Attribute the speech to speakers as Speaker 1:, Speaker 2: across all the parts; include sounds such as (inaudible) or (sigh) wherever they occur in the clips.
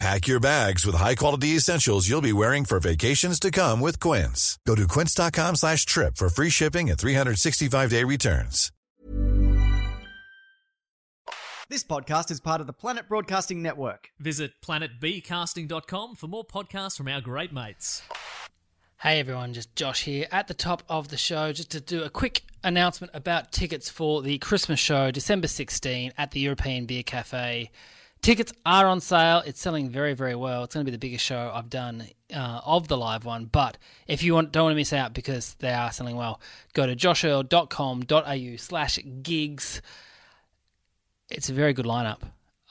Speaker 1: Pack your bags with high-quality essentials you'll be wearing for vacations to come with Quince. Go to quince.com slash trip for free shipping and 365-day returns.
Speaker 2: This podcast is part of the Planet Broadcasting Network.
Speaker 3: Visit planetbcasting.com for more podcasts from our great mates.
Speaker 4: Hey everyone, just Josh here at the top of the show, just to do a quick announcement about tickets for the Christmas show, December 16 at the European Beer Cafe. Tickets are on sale. It's selling very, very well. It's going to be the biggest show I've done uh, of the live one. But if you want, don't want to miss out because they are selling well, go to joshearl.com.au slash gigs. It's a very good lineup.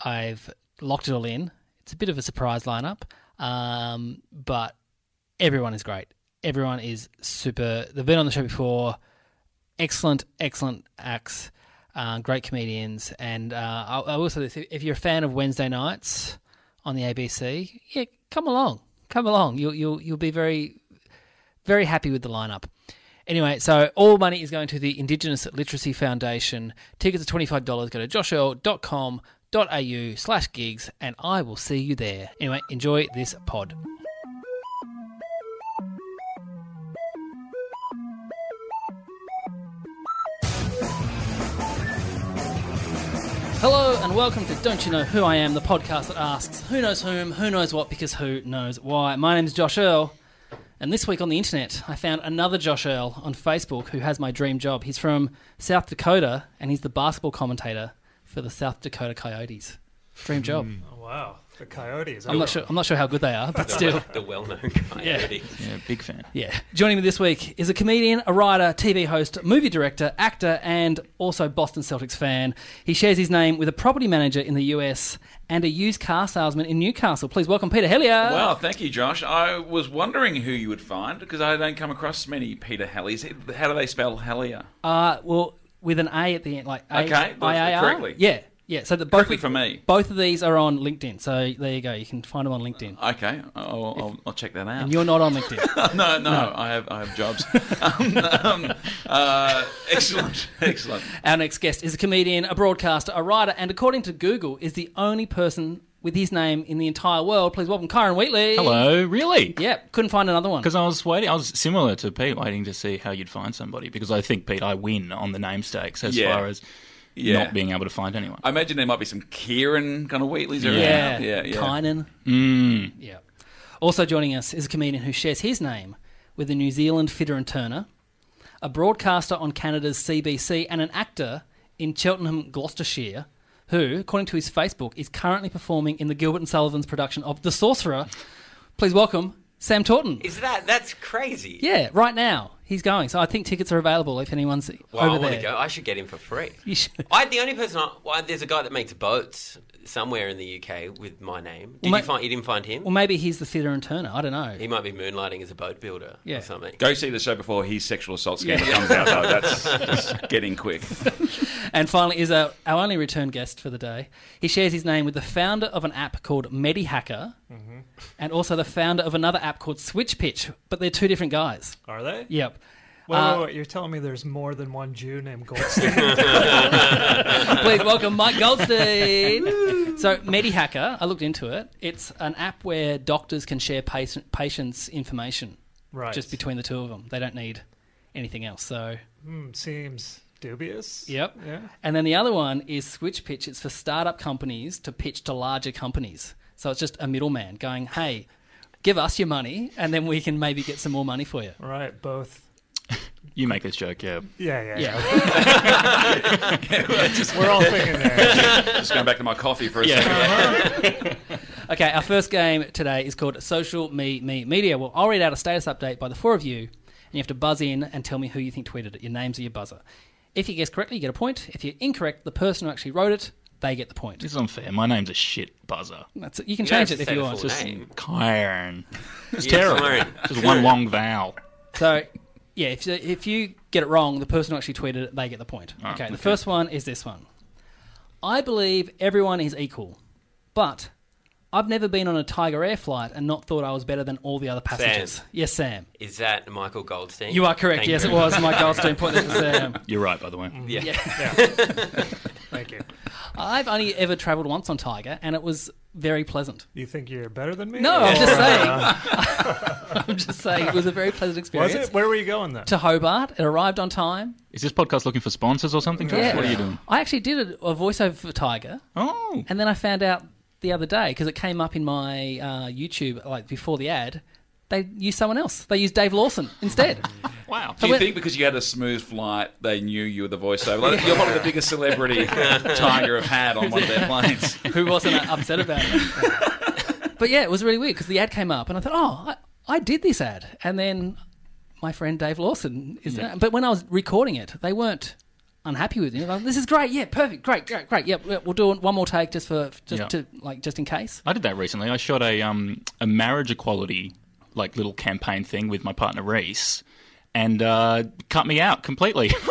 Speaker 4: I've locked it all in. It's a bit of a surprise lineup, um, but everyone is great. Everyone is super. They've been on the show before. Excellent, excellent acts. Uh, great comedians. And uh, I, I will say this: if if you're a fan of Wednesday nights on the ABC, yeah, come along, come along. You'll you'll you'll be very very happy with the lineup. Anyway, so all money is going to the Indigenous Literacy Foundation. Tickets are $25. Go to joshearl.com.au slash gigs and I will see you there. Anyway, enjoy this pod. Hello and welcome to Don't You Know Who I Am, the podcast that asks who knows whom, who knows what, because who knows why. My name's Josh Earl, and this week on the internet, I found another Josh Earl on Facebook who has my dream job. He's from South Dakota, and he's the basketball commentator for the South Dakota Coyotes. Dream job.
Speaker 5: Oh, wow. The Coyotes.
Speaker 4: I'm not sure. I'm not sure how good they are, but still.
Speaker 6: the well-known coyote.
Speaker 7: Yeah, big fan.
Speaker 4: Yeah. Joining me this week is a comedian, a writer, TV host, movie director, actor, and also Boston Celtics fan. He shares his name with a property manager in the US and a used car salesman in Newcastle. Please welcome Peter Hellier.
Speaker 7: Wow, thank you, Josh. I was wondering who you would find because I don't come across many Peter Hellies. How do they spell Hellier?
Speaker 4: Uh, well, with an A at the end, like A-
Speaker 7: Okay, that's
Speaker 4: IAR?
Speaker 7: correctly.
Speaker 4: Yeah. Yeah. So the both
Speaker 7: Correctly for me.
Speaker 4: Both of these are on LinkedIn. So there you go. You can find them on LinkedIn.
Speaker 7: Okay, I'll, I'll, I'll check that out.
Speaker 4: and you're not on LinkedIn.
Speaker 7: (laughs) no, no, I have I have jobs. (laughs) um, um, uh, excellent, (laughs) excellent.
Speaker 4: Our next guest is a comedian, a broadcaster, a writer, and according to Google, is the only person with his name in the entire world. Please welcome Kyron Wheatley.
Speaker 8: Hello, really?
Speaker 4: Yep, couldn't find another one.
Speaker 8: Because I was waiting, I was similar to Pete, waiting to see how you'd find somebody. Because I think Pete, I win on the name stakes as
Speaker 7: Yeah.
Speaker 8: far as
Speaker 7: Yeah.
Speaker 8: not being able to find anyone.
Speaker 7: I imagine there might be some Kieran kind of Wheatleys around.
Speaker 4: Yeah,
Speaker 7: yeah, yeah.
Speaker 4: Kynan. Yeah. Also joining us is a comedian who shares his name with a New Zealand fitter and turner, a broadcaster on Canada's CBC, and an actor in Cheltenham, Gloucestershire, who, according to his Facebook, is currently performing in the Gilbert and Sullivan's production of The Sorcerer. Please welcome Sam Taunton.
Speaker 6: Is that that's crazy?
Speaker 4: Yeah, right now he's going. So I think tickets are available if anyone's
Speaker 6: Well, I
Speaker 4: over
Speaker 6: want
Speaker 4: there.
Speaker 6: to go. I should get him for free.
Speaker 4: You should.
Speaker 6: I the only person. I, well, there's a guy that makes boats somewhere in the UK with my name. Did
Speaker 4: Well,
Speaker 6: you
Speaker 4: ma-
Speaker 6: find? You didn't find him.
Speaker 4: Well, maybe he's the fitter and turner. I don't know.
Speaker 6: he might be moonlighting as a boat builder
Speaker 4: Yeah.
Speaker 6: or something.
Speaker 7: Go see the show before his sexual assault scandal comes out. Though. That's just getting quick.
Speaker 4: And finally, is our, our only return guest for the day. He shares his name with the founder of an app called MediHacker
Speaker 6: Mm-hmm.
Speaker 4: and also the founder of another app called Switch Pitch, but they're two different guys.
Speaker 5: Are they?
Speaker 4: Yep.
Speaker 5: Wait,
Speaker 4: Uh,
Speaker 5: wait, wait, you're telling me there's more than one Jew named Goldstein? (laughs)
Speaker 4: Please welcome Mike Goldstein.
Speaker 6: (laughs)
Speaker 4: so, MediHacker, I looked into it. It's an app where doctors can share patient, patients' information
Speaker 5: right.
Speaker 4: just between the two of them. They don't need anything else. So,
Speaker 5: Hmm, seems dubious.
Speaker 4: Yep.
Speaker 5: Yeah.
Speaker 4: And then the other one is switch pitch. It's for startup companies to pitch to larger companies. So it's just a middleman going, hey, give us your money and then we can maybe get some more money for you.
Speaker 5: Right. Both.
Speaker 8: you make this joke, yeah.
Speaker 5: Yeah. Yeah.
Speaker 4: Yeah.
Speaker 5: yeah. We're all thinking there.
Speaker 7: Just going back to my coffee for a
Speaker 8: Yeah.
Speaker 7: second.
Speaker 8: (laughs)
Speaker 4: Okay, our first game today is called Social Me Me Media. Well, I'll read out a status update by the four of you, and you have to buzz in and tell me who you think tweeted it. Your names are your buzzer. If you guess correctly, you get a point. If you're incorrect, the person who actually wrote it, they get the point.
Speaker 8: This is unfair. My name's a shit buzzer.
Speaker 4: That's it. You can
Speaker 6: You don't
Speaker 4: change
Speaker 6: have
Speaker 4: it
Speaker 6: to
Speaker 4: if
Speaker 6: say
Speaker 4: you
Speaker 6: the
Speaker 4: want.
Speaker 6: full
Speaker 4: Just-
Speaker 6: name.
Speaker 8: Kyron. It's
Speaker 6: Yeah,
Speaker 8: terrible.
Speaker 6: sorry.
Speaker 8: Just one long vowel.
Speaker 4: So, yeah, if if you get it wrong, the person who actually tweeted it, they get the point.
Speaker 8: Ah,
Speaker 4: okay, the
Speaker 8: okay.
Speaker 4: first one is this one. I believe everyone is equal, but I've never been on a Tiger Air flight and not thought I was better than all the other passengers. Yes, Sam.
Speaker 6: Is that Michael Goldstein?
Speaker 4: You are correct.
Speaker 6: Thank
Speaker 4: yes,
Speaker 6: you
Speaker 4: it
Speaker 6: very
Speaker 4: was. My Goldstein point that was Sam.
Speaker 8: You're right, by the way.
Speaker 6: much. Yeah.
Speaker 5: Thank you.
Speaker 4: (laughs) I've only ever travelled once on Tiger, and it was very pleasant.
Speaker 5: You think you're better than me?
Speaker 4: No,
Speaker 5: Or,
Speaker 4: I'm (laughs) just saying.
Speaker 5: uh,
Speaker 4: I'm just saying (laughs) it was a very pleasant experience.
Speaker 5: was it? Where were you going then?
Speaker 4: To Hobart, it arrived on time.
Speaker 8: Is this podcast looking for sponsors or something, Josh?
Speaker 4: Yeah.
Speaker 8: What are you doing?
Speaker 4: I actually did a, a voiceover for Tiger,
Speaker 8: Oh,
Speaker 4: and then I found out the other day because it came up in my uh, YouTube like before the ad. They used someone else. They used Dave Lawson instead.
Speaker 8: wow.
Speaker 7: Do you
Speaker 4: when-
Speaker 7: think because you had a smooth flight, they knew you were the voiceover? Like, You're probably the biggest
Speaker 8: (laughs)
Speaker 7: celebrity Tiger have had on one of their planes.
Speaker 4: (laughs) who wasn't upset about it. (laughs) but yeah, it was really weird because the ad came up and I thought, oh, I, I did this ad. And then my friend Dave Lawson is. But when I was recording it, they weren't unhappy with me. They're Like, this is great. Yeah, perfect. Great, great, great. Yeah, we- we'll do one more take just for just
Speaker 8: Yeah.
Speaker 4: to like just in case.
Speaker 8: I did that recently. I shot a um a marriage equality like little campaign thing with my partner Reese, and uh, cut me out completely. (laughs)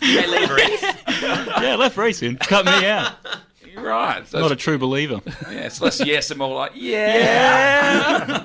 Speaker 6: Hey, Leverett.
Speaker 8: yeah, left Reese in, cut me out.
Speaker 7: Right. So
Speaker 8: Not a
Speaker 7: it's,
Speaker 8: true believer.
Speaker 7: yeah, it's less yes and more like, yeah.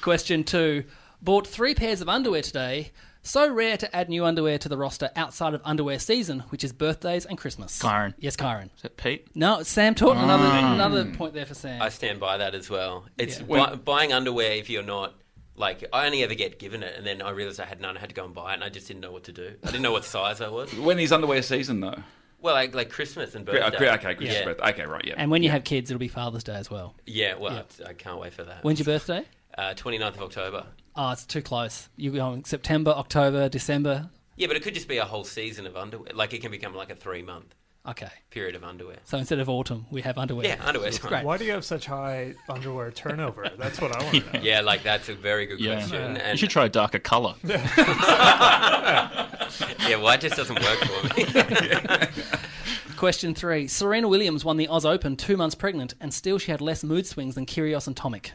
Speaker 4: Question two: Bought three pairs of underwear today. So rare to add new underwear to the roster outside of underwear season, which is birthdays and Christmas.
Speaker 8: Kyron.
Speaker 4: Yes, Kyron.
Speaker 8: Is that Pete?
Speaker 4: No, it's Sam Tort. Another another point there for Sam.
Speaker 6: I stand by that as well. It's
Speaker 4: Yeah.
Speaker 6: bu- buying underwear if you're not like I only ever get given it, and then I realized I had none. I had to go and buy it, and I just didn't know what to do. I didn't know what size I was.
Speaker 7: When is underwear season, though?
Speaker 6: Well, like, like Christmas and
Speaker 7: Cri-
Speaker 6: birthday.
Speaker 7: uh, cri- Okay, Christmas
Speaker 6: Yeah.
Speaker 7: birthday. Okay, right, yeah.
Speaker 4: And when you have kids, it'll be Father's Day as well.
Speaker 6: Yeah, well, I I can't wait for that.
Speaker 4: When's your birthday?
Speaker 6: uh, 29th of October.
Speaker 4: Oh, it's too close. You're going September, October, December.
Speaker 6: Yeah, but it could just be a whole season of underwear. Like it can become like a three month
Speaker 4: Okay.
Speaker 6: period of underwear.
Speaker 4: So instead of autumn, we have underwear.
Speaker 6: Yeah, underwear's fine.
Speaker 4: Great.
Speaker 5: Why do you have such high underwear turnover? That's what I want to know.
Speaker 6: Yeah, like that's a very good
Speaker 8: Yeah.
Speaker 6: question.
Speaker 8: You
Speaker 6: And
Speaker 8: should try a darker colour.
Speaker 6: yeah, why it just doesn't work
Speaker 4: (laughs)
Speaker 6: for me.
Speaker 4: Question three Serena Williams won the Oz Open two months pregnant, and still she had less mood swings than Kyrgios and Tomic.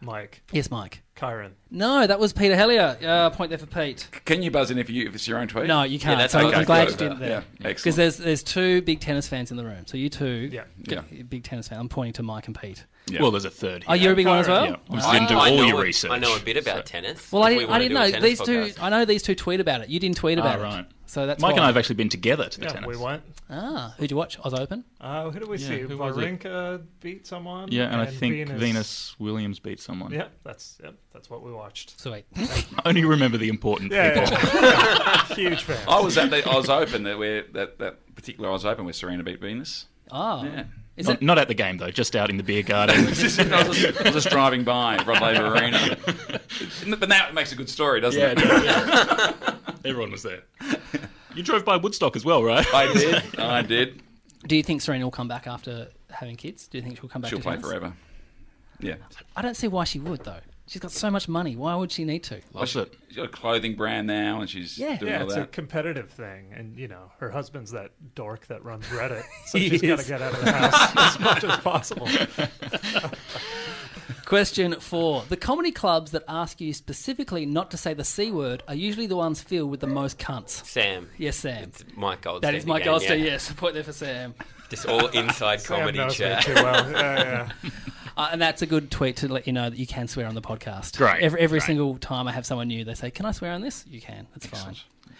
Speaker 5: Mike,
Speaker 4: Yes, Mike.
Speaker 5: Kyron.
Speaker 4: No, that was Peter Hellier. Uh, point there for Pete.
Speaker 7: Can you buzz in if, you, if it's your own tweet?
Speaker 4: No, you can't.
Speaker 6: that's
Speaker 4: so
Speaker 6: okay.
Speaker 4: I'm glad you
Speaker 7: good.
Speaker 4: didn't there.
Speaker 7: Yeah,
Speaker 4: Because
Speaker 7: excellent.
Speaker 4: there's there's two big tennis fans in the room. So you two,
Speaker 5: Yeah.
Speaker 7: Yeah.
Speaker 4: big tennis fan. I'm pointing to Mike and Pete.
Speaker 8: Well, there's a third. Here.
Speaker 4: Oh, you're a big one as well.
Speaker 8: Yeah, obviously didn't do
Speaker 6: I
Speaker 8: all
Speaker 6: know
Speaker 8: your
Speaker 6: a-
Speaker 8: research.
Speaker 6: I know a bit about tennis.
Speaker 4: Well,
Speaker 6: if
Speaker 4: I
Speaker 6: we
Speaker 4: didn't, I
Speaker 6: wanna
Speaker 4: didn't
Speaker 6: do a
Speaker 4: know
Speaker 6: tennis
Speaker 4: these two.
Speaker 6: podcast.
Speaker 4: I know these two tweet about it. You didn't tweet about
Speaker 8: Oh, right.
Speaker 4: it, so that's
Speaker 8: Mike
Speaker 4: why.
Speaker 8: and I have actually been together to the
Speaker 5: Yeah,
Speaker 8: tennis.
Speaker 5: we went.
Speaker 4: Ah, who'd you watch? Oz Open.
Speaker 5: Uh, who did we see?
Speaker 8: who was it?
Speaker 5: Varenka beat someone.
Speaker 8: Yeah, and, I think Venus.
Speaker 5: Venus.
Speaker 8: Williams beat someone.
Speaker 5: Yeah, that's yeah, that's what we
Speaker 4: (laughs)
Speaker 5: watched.
Speaker 4: Sweet.
Speaker 8: (laughs) I only remember the important
Speaker 5: Yeah,
Speaker 8: people.
Speaker 5: yeah. huge fan.
Speaker 7: I was at the Oz Open, that, where, that, that particular Oz Open where Serena beat
Speaker 8: (laughs)
Speaker 7: Venus.
Speaker 4: Oh,
Speaker 7: Yeah.
Speaker 4: is
Speaker 8: not,
Speaker 4: it?
Speaker 8: not at the game though, just out in the beer garden. (laughs)
Speaker 7: I was just, I was just driving by Rod Laver Arena. But that makes a good story, doesn't
Speaker 8: Yeah,
Speaker 7: it?
Speaker 8: everyone was there. You drove by Woodstock as well, right?
Speaker 7: I did. I did.
Speaker 4: Do you think Serena will come back after having kids? Do you think she'll come back?
Speaker 7: She'll
Speaker 4: to
Speaker 7: play
Speaker 4: tennis?
Speaker 7: forever. Yeah.
Speaker 4: I don't see why she would though. She's got so much money. Why would she need to?
Speaker 8: Loves it.
Speaker 7: She's got a clothing brand now, and she's
Speaker 4: Yeah.
Speaker 7: doing
Speaker 5: yeah,
Speaker 7: all
Speaker 5: it's a
Speaker 7: that.
Speaker 5: competitive thing, and you know her husband's that dork that runs
Speaker 7: (laughs)
Speaker 5: Reddit, so she's got to get out of the house as much as possible.
Speaker 4: Question four: The comedy clubs that ask you specifically not to say the c word are usually the ones filled with the most cunts.
Speaker 6: Sam.
Speaker 4: Yes, Sam.
Speaker 6: It's Mike Goldstein.
Speaker 4: that is my
Speaker 6: again,
Speaker 4: Goldstein.
Speaker 6: yeah.
Speaker 4: Yes, point there for Sam.
Speaker 6: Just all inside
Speaker 5: Sam
Speaker 6: comedy
Speaker 5: knows me
Speaker 6: chat.
Speaker 5: too well. Yeah,
Speaker 7: (laughs)
Speaker 5: yeah.
Speaker 4: Uh, and that's a good tweet to let you know that you can swear on the podcast.
Speaker 8: Great,
Speaker 4: Every, every
Speaker 8: great.
Speaker 4: single time I have someone new, they say, "Can I swear on this?" You can. That's fine.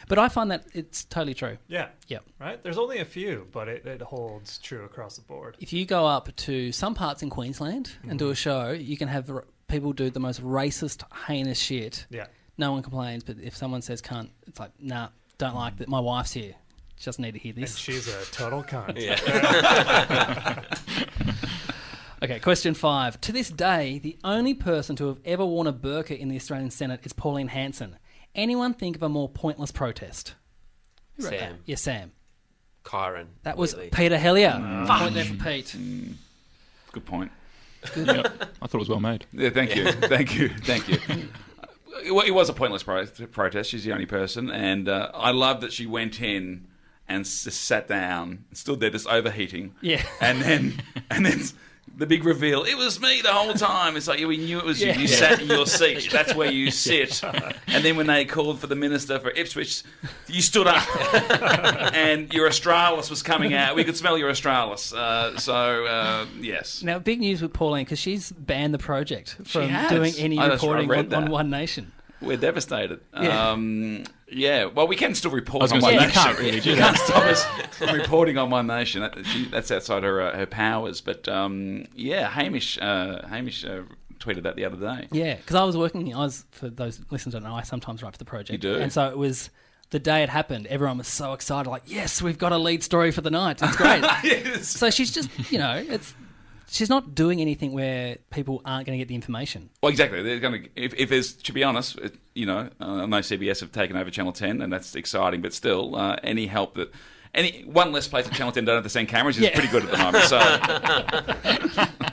Speaker 4: But I find that it's totally true.
Speaker 5: yeah,
Speaker 4: Yep.
Speaker 5: Right? There's only a few, but it, it holds true across the board.
Speaker 4: If you go up to some parts in Queensland
Speaker 8: Mm-hmm.
Speaker 4: and do a show, you can have r- people do the most racist, heinous shit.
Speaker 5: Yeah.
Speaker 4: No one complains, but if someone says cunt, it's like, nah, don't like that. My wife's here. She doesn't need to hear
Speaker 5: And
Speaker 4: this.
Speaker 5: she's a total
Speaker 7: (laughs)
Speaker 5: cunt.
Speaker 4: Okay, question five. To this day, the only person to have ever worn a burqa in the Australian Senate is Pauline Hanson. Anyone think of a more pointless protest? Who wrote that?
Speaker 6: Sam.
Speaker 4: Yes, Sam.
Speaker 6: Kyron.
Speaker 4: That was
Speaker 6: Wheatley.
Speaker 4: Peter Hellier. Point there for Pete.
Speaker 7: Good point.
Speaker 8: Yeah. I thought it was well made.
Speaker 7: Yeah, thank you, thank you, thank you. It wa- it was a pointless pro- protest. She's the only person, and uh, I love that she went in (laughs) and s- sat down, still there, just overheating.
Speaker 4: Yeah.
Speaker 7: and then and then s- the big reveal. It was me the whole time. It's like we knew it was you. You sat in your seat. That's where you sit. And then when they called for the minister for Ipswich, you stood up, and your Australis was coming out. We could smell your Australis. Uh, so uh, yes,
Speaker 4: Now, big news with Pauline because she's banned the project from
Speaker 7: has.
Speaker 4: doing any
Speaker 7: I just- I
Speaker 4: reporting
Speaker 7: read
Speaker 4: on, on
Speaker 7: that.
Speaker 4: One Nation.
Speaker 7: we're devastated.
Speaker 4: Yeah.
Speaker 7: Um, yeah. Well, we can still report
Speaker 8: I was
Speaker 7: on
Speaker 8: going to
Speaker 7: One
Speaker 8: say, you
Speaker 7: Nation.
Speaker 8: can't really do
Speaker 7: You (laughs)
Speaker 8: (laughs)
Speaker 7: can't
Speaker 8: that.
Speaker 7: stop us from reporting on One Nation. That- she- That's outside her uh, her powers. But um, yeah, Hamish uh, Hamish uh, tweeted that the other day.
Speaker 4: Yeah, because I was working. I was for those listeners who don't know. I sometimes write for the project.
Speaker 7: You do?
Speaker 4: and so it was the day it happened. Everyone was so excited, like, "Yes, we've got a lead story for the night. It's great."
Speaker 7: (laughs)
Speaker 4: So she's just, you know, it's she's not doing anything where people aren't going to get the information.
Speaker 7: Well, exactly. They're going to if, if there's to be honest, it, you know, uh, I know CBS have taken over Channel Ten, and that's exciting. But still, uh, any help that any one less place at Channel Ten don't have to send cameras is
Speaker 4: Yeah.
Speaker 7: pretty good at the moment.
Speaker 4: (laughs)
Speaker 7: So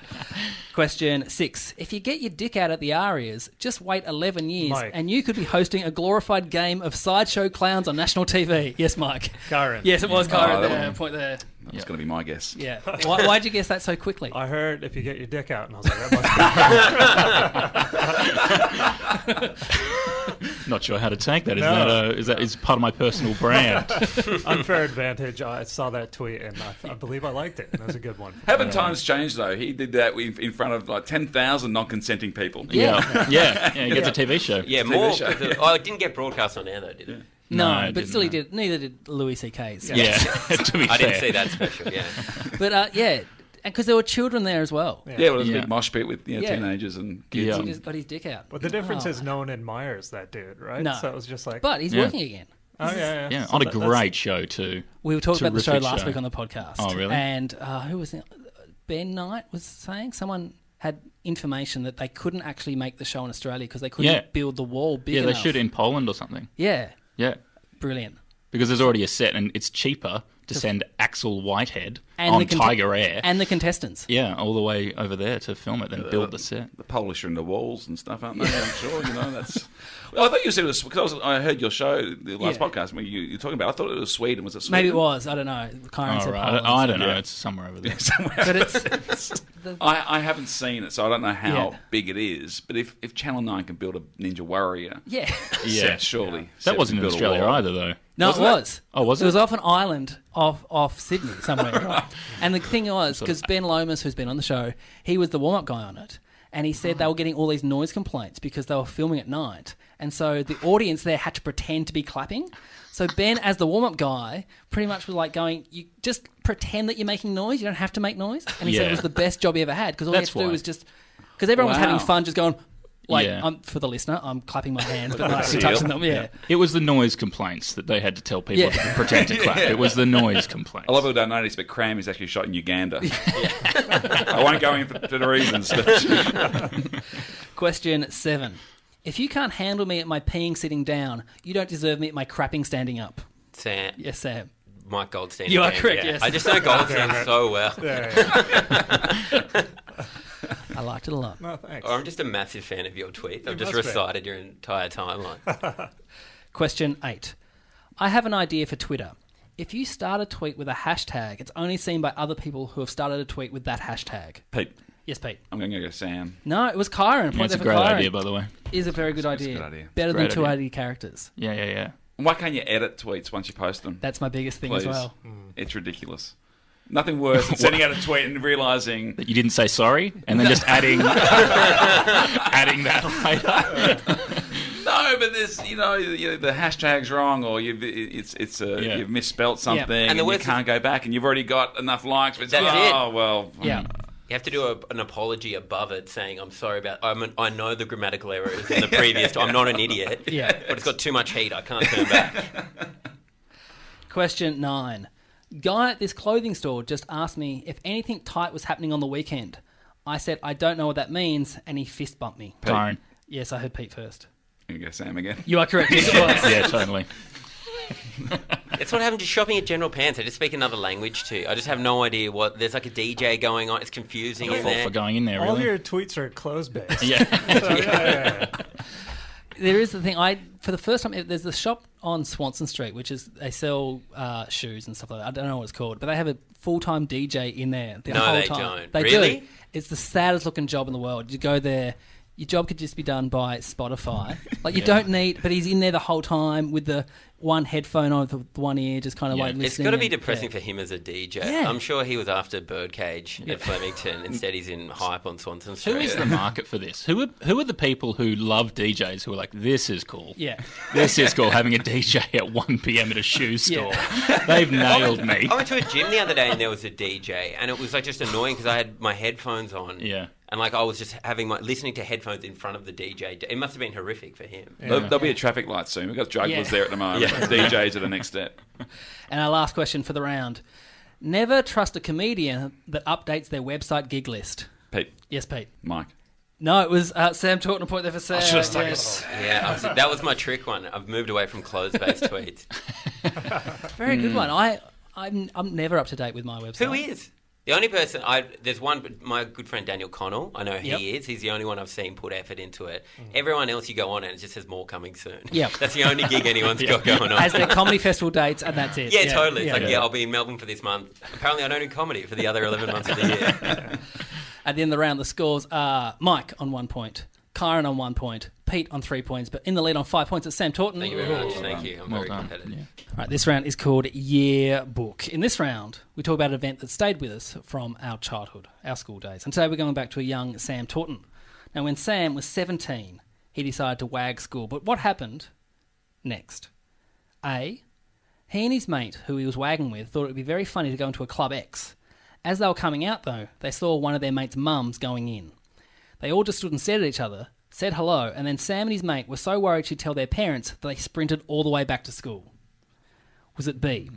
Speaker 4: Question six: If you get your dick out at the Arias, just wait eleven years,
Speaker 5: Mike.
Speaker 4: and you could be hosting a glorified game of sideshow clowns on national TV. Yes, Mike.
Speaker 5: Kyron.
Speaker 4: Yes, it was
Speaker 8: Ah,
Speaker 4: Kyron.
Speaker 7: that
Speaker 4: there,
Speaker 7: one.
Speaker 4: point there.
Speaker 7: that's going to be my guess.
Speaker 4: Yeah. Why, why'd you guess that so quickly?
Speaker 5: I heard if you get your dick out, and I was like, that
Speaker 8: Not sure how to take that. Is
Speaker 5: No.
Speaker 8: that uh, is that is part of my personal brand?
Speaker 7: (laughs)
Speaker 5: must be unfair advantage. I saw that tweet, and I, I believe I liked it. That was a good one.
Speaker 7: Haven't times changed though? He did that in in front of like ten thousand non-consenting people.
Speaker 8: yeah, yeah. yeah he gets a TV show.
Speaker 6: Yeah,
Speaker 7: TV
Speaker 6: more.
Speaker 7: show.
Speaker 6: Oh, I didn't get broadcast on air though, did it?
Speaker 4: No,
Speaker 8: I
Speaker 4: but
Speaker 8: didn't,
Speaker 4: still he
Speaker 8: no.
Speaker 4: did. Neither did Louis C.K.'s.
Speaker 8: Yeah, (laughs) to be fair.
Speaker 6: I didn't see that special. Yeah,
Speaker 4: (laughs) But uh, yeah, because there were children there as well.
Speaker 7: Yeah, well, it was a
Speaker 8: Yeah.
Speaker 7: big mosh pit with you know,
Speaker 4: Yeah.
Speaker 7: teenagers and kids.
Speaker 8: Yeah.
Speaker 4: He just got his dick out.
Speaker 5: But the difference
Speaker 4: Oh.
Speaker 5: is no one admires that dude, right?
Speaker 4: No.
Speaker 5: So it was just like,
Speaker 4: But he's
Speaker 8: Yeah.
Speaker 4: working again.
Speaker 5: oh yeah, yeah,
Speaker 8: Yeah,
Speaker 5: So
Speaker 8: on a
Speaker 5: that- that's-
Speaker 8: great show too.
Speaker 4: We were talking about the show
Speaker 8: Terrific
Speaker 4: last
Speaker 8: show.
Speaker 4: week on the podcast.
Speaker 8: Oh, really?
Speaker 4: And uh, who was it? Ben Knight was saying someone had information that they couldn't actually make the show in Australia because they couldn't
Speaker 8: Yeah.
Speaker 4: build the wall big
Speaker 8: Yeah, they
Speaker 4: enough.
Speaker 8: shoot in Poland or something.
Speaker 4: Yeah,
Speaker 8: Yeah,
Speaker 4: brilliant.
Speaker 8: because there's already a set, and it's cheaper to send Axel Whitehead
Speaker 4: And
Speaker 8: on
Speaker 4: the cont-
Speaker 8: Tiger Air.
Speaker 4: And the contestants.
Speaker 8: yeah, all the way over there to film it,
Speaker 7: Uh,
Speaker 8: then build the set.
Speaker 7: the Polish are in the walls and stuff, aren't they? I'm sure you know
Speaker 4: (laughs)
Speaker 7: that's. Well, I thought you said it was because I, was, I heard your show the last
Speaker 4: Yeah.
Speaker 7: podcast when you, you were talking about. it. I thought it was Sweden. Was it Sweden?
Speaker 4: Maybe
Speaker 7: (laughs)
Speaker 4: it was. I don't know. Kyron
Speaker 8: All
Speaker 4: said
Speaker 8: right,
Speaker 4: Poland.
Speaker 8: I, I don't know.
Speaker 7: Yeah.
Speaker 8: It's somewhere
Speaker 7: (laughs)
Speaker 8: over there.
Speaker 4: But
Speaker 8: (laughs)
Speaker 4: it's
Speaker 7: I, I haven't seen it, so I don't know how
Speaker 4: Yeah.
Speaker 7: big it is. But if, if Channel Nine can build a Ninja Warrior,
Speaker 4: yeah.
Speaker 8: yeah,
Speaker 7: set, surely set
Speaker 8: that wasn't in
Speaker 7: can build a
Speaker 8: Australia
Speaker 7: wall.
Speaker 8: either, though.
Speaker 4: No,
Speaker 7: Wasn't
Speaker 4: it
Speaker 7: it?
Speaker 4: was.
Speaker 8: Oh, was
Speaker 4: It was
Speaker 8: it?
Speaker 4: off an island off off Sydney
Speaker 8: (laughs)
Speaker 4: somewhere. And the thing was, because Ben Lomas, who's been on the show, he was the warm up guy on it. And he said they were getting all these noise complaints because they were filming at night. And so the audience there had to pretend to be clapping. So Ben, as the warm up guy, pretty much was like going, you just pretend that you're making noise. You don't have to make noise. And he said it
Speaker 8: Yeah.
Speaker 4: was the best job he ever had because all
Speaker 8: That's
Speaker 4: he had to do
Speaker 8: why.
Speaker 4: was just. Because everyone was
Speaker 7: Wow.
Speaker 4: having fun just going, like,
Speaker 8: Yeah.
Speaker 4: I'm, for the listener, I'm clapping my
Speaker 8: (laughs)
Speaker 4: hands, but not actually
Speaker 7: Seal.
Speaker 4: touching them. yeah.
Speaker 8: It was the noise complaints that they had to tell people
Speaker 4: Yeah.
Speaker 8: to pretend (laughs) to clap. It was the noise complaints.
Speaker 7: A lot of people don't notice, but Cram is actually shot
Speaker 4: (laughs)
Speaker 7: in Uganda. I won't go into the
Speaker 4: (laughs)
Speaker 7: reasons, but
Speaker 4: Question seven. If you can't handle me at my peeing sitting down, you don't deserve me at my crapping standing up.
Speaker 6: Sam,
Speaker 4: Yes, Sam.
Speaker 6: Mike Goldstein.
Speaker 4: You are
Speaker 6: again,
Speaker 4: correct,
Speaker 6: yeah.
Speaker 4: yes. (laughs)
Speaker 6: I just know Goldstein so well.
Speaker 5: Yeah, yeah, yeah.
Speaker 4: I liked it a lot.
Speaker 5: No, oh, thanks.
Speaker 6: Or I'm just a massive fan of your tweets. I've just
Speaker 5: must be.
Speaker 6: recited your entire
Speaker 5: (laughs)
Speaker 6: timeline.
Speaker 4: Question eight. I have an idea for Twitter. If you start a tweet with a hashtag, it's only seen by other people who have started a tweet with that hashtag.
Speaker 7: Pete,
Speaker 4: Yes, Pete.
Speaker 7: I'm going to go Sam.
Speaker 4: No, it was Kyron. Point
Speaker 8: Yeah, it's
Speaker 4: there
Speaker 8: a
Speaker 4: for
Speaker 8: great
Speaker 4: Kyron.
Speaker 8: idea, by the way.
Speaker 4: Is a very good idea.
Speaker 7: good idea.
Speaker 4: Better
Speaker 8: Great
Speaker 4: than two
Speaker 8: idea.
Speaker 4: eighty characters.
Speaker 8: Yeah, yeah, yeah.
Speaker 7: Why can't you edit tweets once you post them?
Speaker 4: That's my biggest thing
Speaker 7: Please.
Speaker 4: as well.
Speaker 7: It's ridiculous. Nothing worse than sending out a tweet and realizing
Speaker 8: That you didn't say sorry, (laughs) and then just adding adding that later.
Speaker 7: no, but there's you know you- the hashtag's wrong or you've it's it's a,
Speaker 8: Yeah.
Speaker 7: you've misspelt something
Speaker 6: And
Speaker 7: and,
Speaker 6: the
Speaker 7: you
Speaker 6: worst is-
Speaker 7: can't go back and you've already got enough likes. But it's
Speaker 6: That's
Speaker 7: like,
Speaker 6: it.
Speaker 7: Oh well,
Speaker 4: Yeah.
Speaker 8: Mm.
Speaker 6: You have to do a, an apology above it, saying I'm sorry about. I'm an, I know the grammatical
Speaker 5: (laughs)
Speaker 6: error is in the previous. I'm not an idiot.
Speaker 4: Yeah.
Speaker 6: but it's got too much heat. I can't turn
Speaker 5: (laughs)
Speaker 6: back.
Speaker 4: Question nine. Guy at this clothing store just asked me if anything tight was happening on the weekend. I said, I don't know what that means, and he fist bumped me.
Speaker 8: Tone.
Speaker 4: Yes, I heard Pete first.
Speaker 7: There you go Sam again.
Speaker 4: You are correct. Yes, it was.
Speaker 8: Yeah, (laughs) totally.
Speaker 6: It's what happened to shopping at General Pants. I just speak another language to. I just have no idea what. There's like a DJ going on. It's confusing. in
Speaker 8: Fault
Speaker 6: there.
Speaker 8: for going in there,
Speaker 5: All
Speaker 8: really.
Speaker 6: (laughs)
Speaker 5: your tweets are closed based.
Speaker 8: Yeah.
Speaker 5: So, yeah, yeah, yeah.
Speaker 4: there is the thing. I for the first time, there's the shop on Swanson Street, which is they sell uh, shoes and stuff like that. I don't know what it's called, but they have a full time DJ in there the
Speaker 6: No,
Speaker 4: whole
Speaker 6: they
Speaker 4: time.
Speaker 6: don't.
Speaker 4: They do.
Speaker 6: Really?
Speaker 4: It's the saddest looking job in the world. You go there. Your job could just be done by
Speaker 6: (laughs)
Speaker 4: Spotify. Like you don't need, but he's in there the whole time with the one headphone on, with the one ear, just kind of
Speaker 8: Yeah.
Speaker 4: like listening.
Speaker 6: It's got to be
Speaker 4: and-
Speaker 6: depressing
Speaker 4: yeah.
Speaker 6: for him as a DJ.
Speaker 4: Yeah.
Speaker 6: I'm sure he was after Birdcage at Flemington. Instead, he's in Hype on Swanson Street.
Speaker 8: (laughs) Who is the market for this? Who are, who are the people who love DJs who are like, this is cool?
Speaker 4: Yeah.
Speaker 8: This is cool, having a DJ at 1 p.m. at a shoe store. They've nailed me.
Speaker 6: I went to a gym the other day and there was a DJ, and it was like just annoying because I had my headphones on.
Speaker 8: Yeah.
Speaker 6: And like I was just having my listening to headphones in front of the DJ. It must have been horrific for him.
Speaker 7: There'll, there'll be a traffic light soon. We've got jugglers
Speaker 4: Yeah.
Speaker 7: there at the moment. (laughs) DJs are the next step.
Speaker 4: And our last question for the round: Never trust a comedian that updates their website gig list.
Speaker 7: Pete,
Speaker 4: Yes, Pete.
Speaker 7: Mike.
Speaker 4: No, it was uh, Sam Torton a point there for Sam.
Speaker 5: should've taken
Speaker 4: yes.
Speaker 6: Yeah, I was- that was my trick one. I've moved away
Speaker 4: (laughs)
Speaker 6: from clothes-based tweets.
Speaker 4: Very good one. I I'm I'm never up to date with my website.
Speaker 6: Who is? The only person I there's one my good friend Daniel Connell. I know he
Speaker 4: Yep. Mm.
Speaker 6: is. He's the only one I've seen put effort into it. Everyone else you go on and it just says more coming soon.
Speaker 4: Yep.
Speaker 6: (laughs) That's the only
Speaker 4: (laughs)
Speaker 6: gig anyone's got going on.
Speaker 4: As their comedy festival dates, and that's it.
Speaker 6: yeah, totally. It's like,
Speaker 4: yeah.
Speaker 6: yeah, I'll be in Melbourne for this month. Apparently, I don't do comedy for the other 11 months of the year.
Speaker 4: At the end of the round, the scores are Mike on one point, Kyron on one point, Pete on three points, but in the lead on five points is Sam Torton.
Speaker 6: Thank you very much. Thank you. I'm
Speaker 8: Well
Speaker 6: very
Speaker 8: done.
Speaker 6: competitive.
Speaker 4: Right, this round is called Year Book. In this round, we talk about an event that stayed with us from our childhood, our school days. And today we're going back to a young Sam Torton. Now, when Sam was 17, he decided to wag school. But what happened next? A. He and his mate, who he was wagging with, thought it would be very funny to go into a Club X. As they were coming out, though, they saw one of their mate's mums going in. They all just stood and stared at each other, said hello, and then Sam and his mate were so worried she'd tell their parents that they sprinted all the way back to school. Was it B?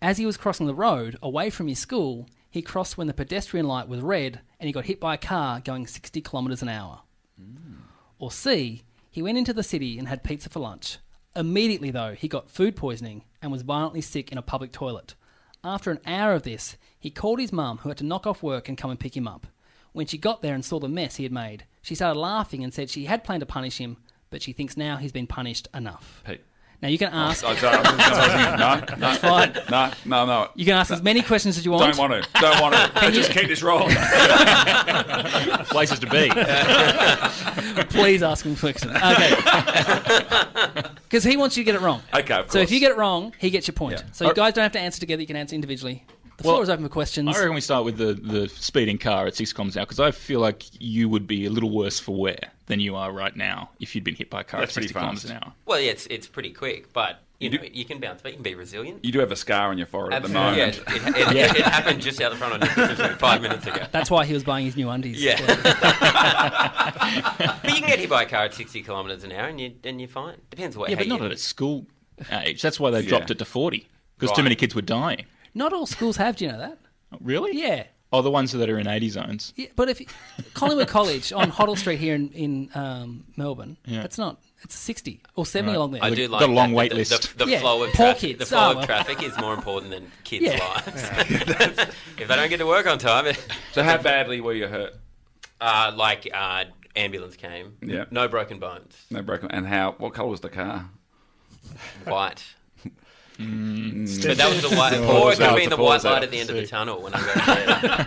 Speaker 4: As he was crossing the road away from his school, he crossed when the pedestrian light was red and he got hit by a car going 60 kilometres an hour. Or C, he went into the city and had pizza for lunch. Immediately, though, he got food poisoning and was violently sick in a public toilet. After an hour of this, he called his mum, who had to knock off work and come and pick him up. When she got there and saw the mess he had made, she started laughing and said she had planned to punish him, but she thinks now he's been punished enough.
Speaker 7: Pete.
Speaker 4: Now you can ask,
Speaker 7: I
Speaker 6: uh,
Speaker 7: (laughs) don't- no,
Speaker 4: fine.
Speaker 7: no, no, no, no.
Speaker 4: you can ask as many questions as you want.
Speaker 7: Don't want to. Don't want to.
Speaker 4: (laughs)
Speaker 7: Let's just keep this rolling.
Speaker 8: Places to be.
Speaker 4: Please ask him
Speaker 7: (laughs)
Speaker 4: questions. Okay. Because he wants you to get it wrong.
Speaker 7: Okay, of course.
Speaker 4: So if you get it wrong, he gets your point.
Speaker 7: Yeah. Oh.
Speaker 4: So you guys don't have to answer together. You can answer individually. The floor is open for questions.
Speaker 8: I reckon we start with the, the speeding car at six kilometres an hour because I feel like you would be a little worse for wear than you are right now if you'd been hit by a car
Speaker 7: That's
Speaker 8: at
Speaker 7: pretty
Speaker 8: 60 kilometres an
Speaker 7: fast.
Speaker 8: hour.
Speaker 6: Well, yeah, it's, it's pretty quick, but you,
Speaker 7: You
Speaker 6: know,
Speaker 7: do-
Speaker 6: you can bounce back. You can be resilient.
Speaker 7: you do have a scar on your forehead at the
Speaker 6: Yeah,
Speaker 7: moment.
Speaker 6: it, it,
Speaker 8: (laughs)
Speaker 6: it, it happened just out the front of Nick's room five minutes ago.
Speaker 4: That's why he was buying his new undies.
Speaker 6: Yeah. but you can get hit by a car at 60 kilometres an hour and, you, and you're fine. Depends what
Speaker 8: Yeah,
Speaker 6: how
Speaker 8: but not
Speaker 6: you-
Speaker 8: at a school age. That's why they
Speaker 7: Yeah.
Speaker 8: dropped it to 40 because too
Speaker 6: Right.
Speaker 8: many kids were dying.
Speaker 4: Not all schools have. Do you know that?
Speaker 8: Really?
Speaker 4: Yeah.
Speaker 8: Oh, the ones that are in 80 zones.
Speaker 4: yeah but if Collingwood College on Hoddle Street here in in um, Melbourne, that's not. It's sixty or seventy along there.
Speaker 6: I do like
Speaker 8: got a long
Speaker 6: that,
Speaker 8: wait
Speaker 6: the,
Speaker 8: list.
Speaker 6: The, the,
Speaker 4: Yeah,
Speaker 6: flow of
Speaker 4: poor
Speaker 6: traffic,
Speaker 4: kids.
Speaker 6: the flow
Speaker 4: Oh,
Speaker 6: of
Speaker 4: well.
Speaker 6: traffic is more important
Speaker 4: (laughs)
Speaker 6: than kids'
Speaker 4: Yeah.
Speaker 6: lives. (laughs) if they don't get to work on time, (laughs) it-
Speaker 7: So how badly were you hurt?
Speaker 6: uh, like uh, ambulance came,
Speaker 7: Yeah.
Speaker 6: no broken bones,
Speaker 7: No broken. And how? What colour was the car?
Speaker 6: white.
Speaker 5: Mm.
Speaker 6: But that was the white, or it could
Speaker 7: That
Speaker 6: have
Speaker 7: was
Speaker 6: been
Speaker 7: the
Speaker 6: the white
Speaker 7: pause out.
Speaker 6: light at the end of the tunnel when I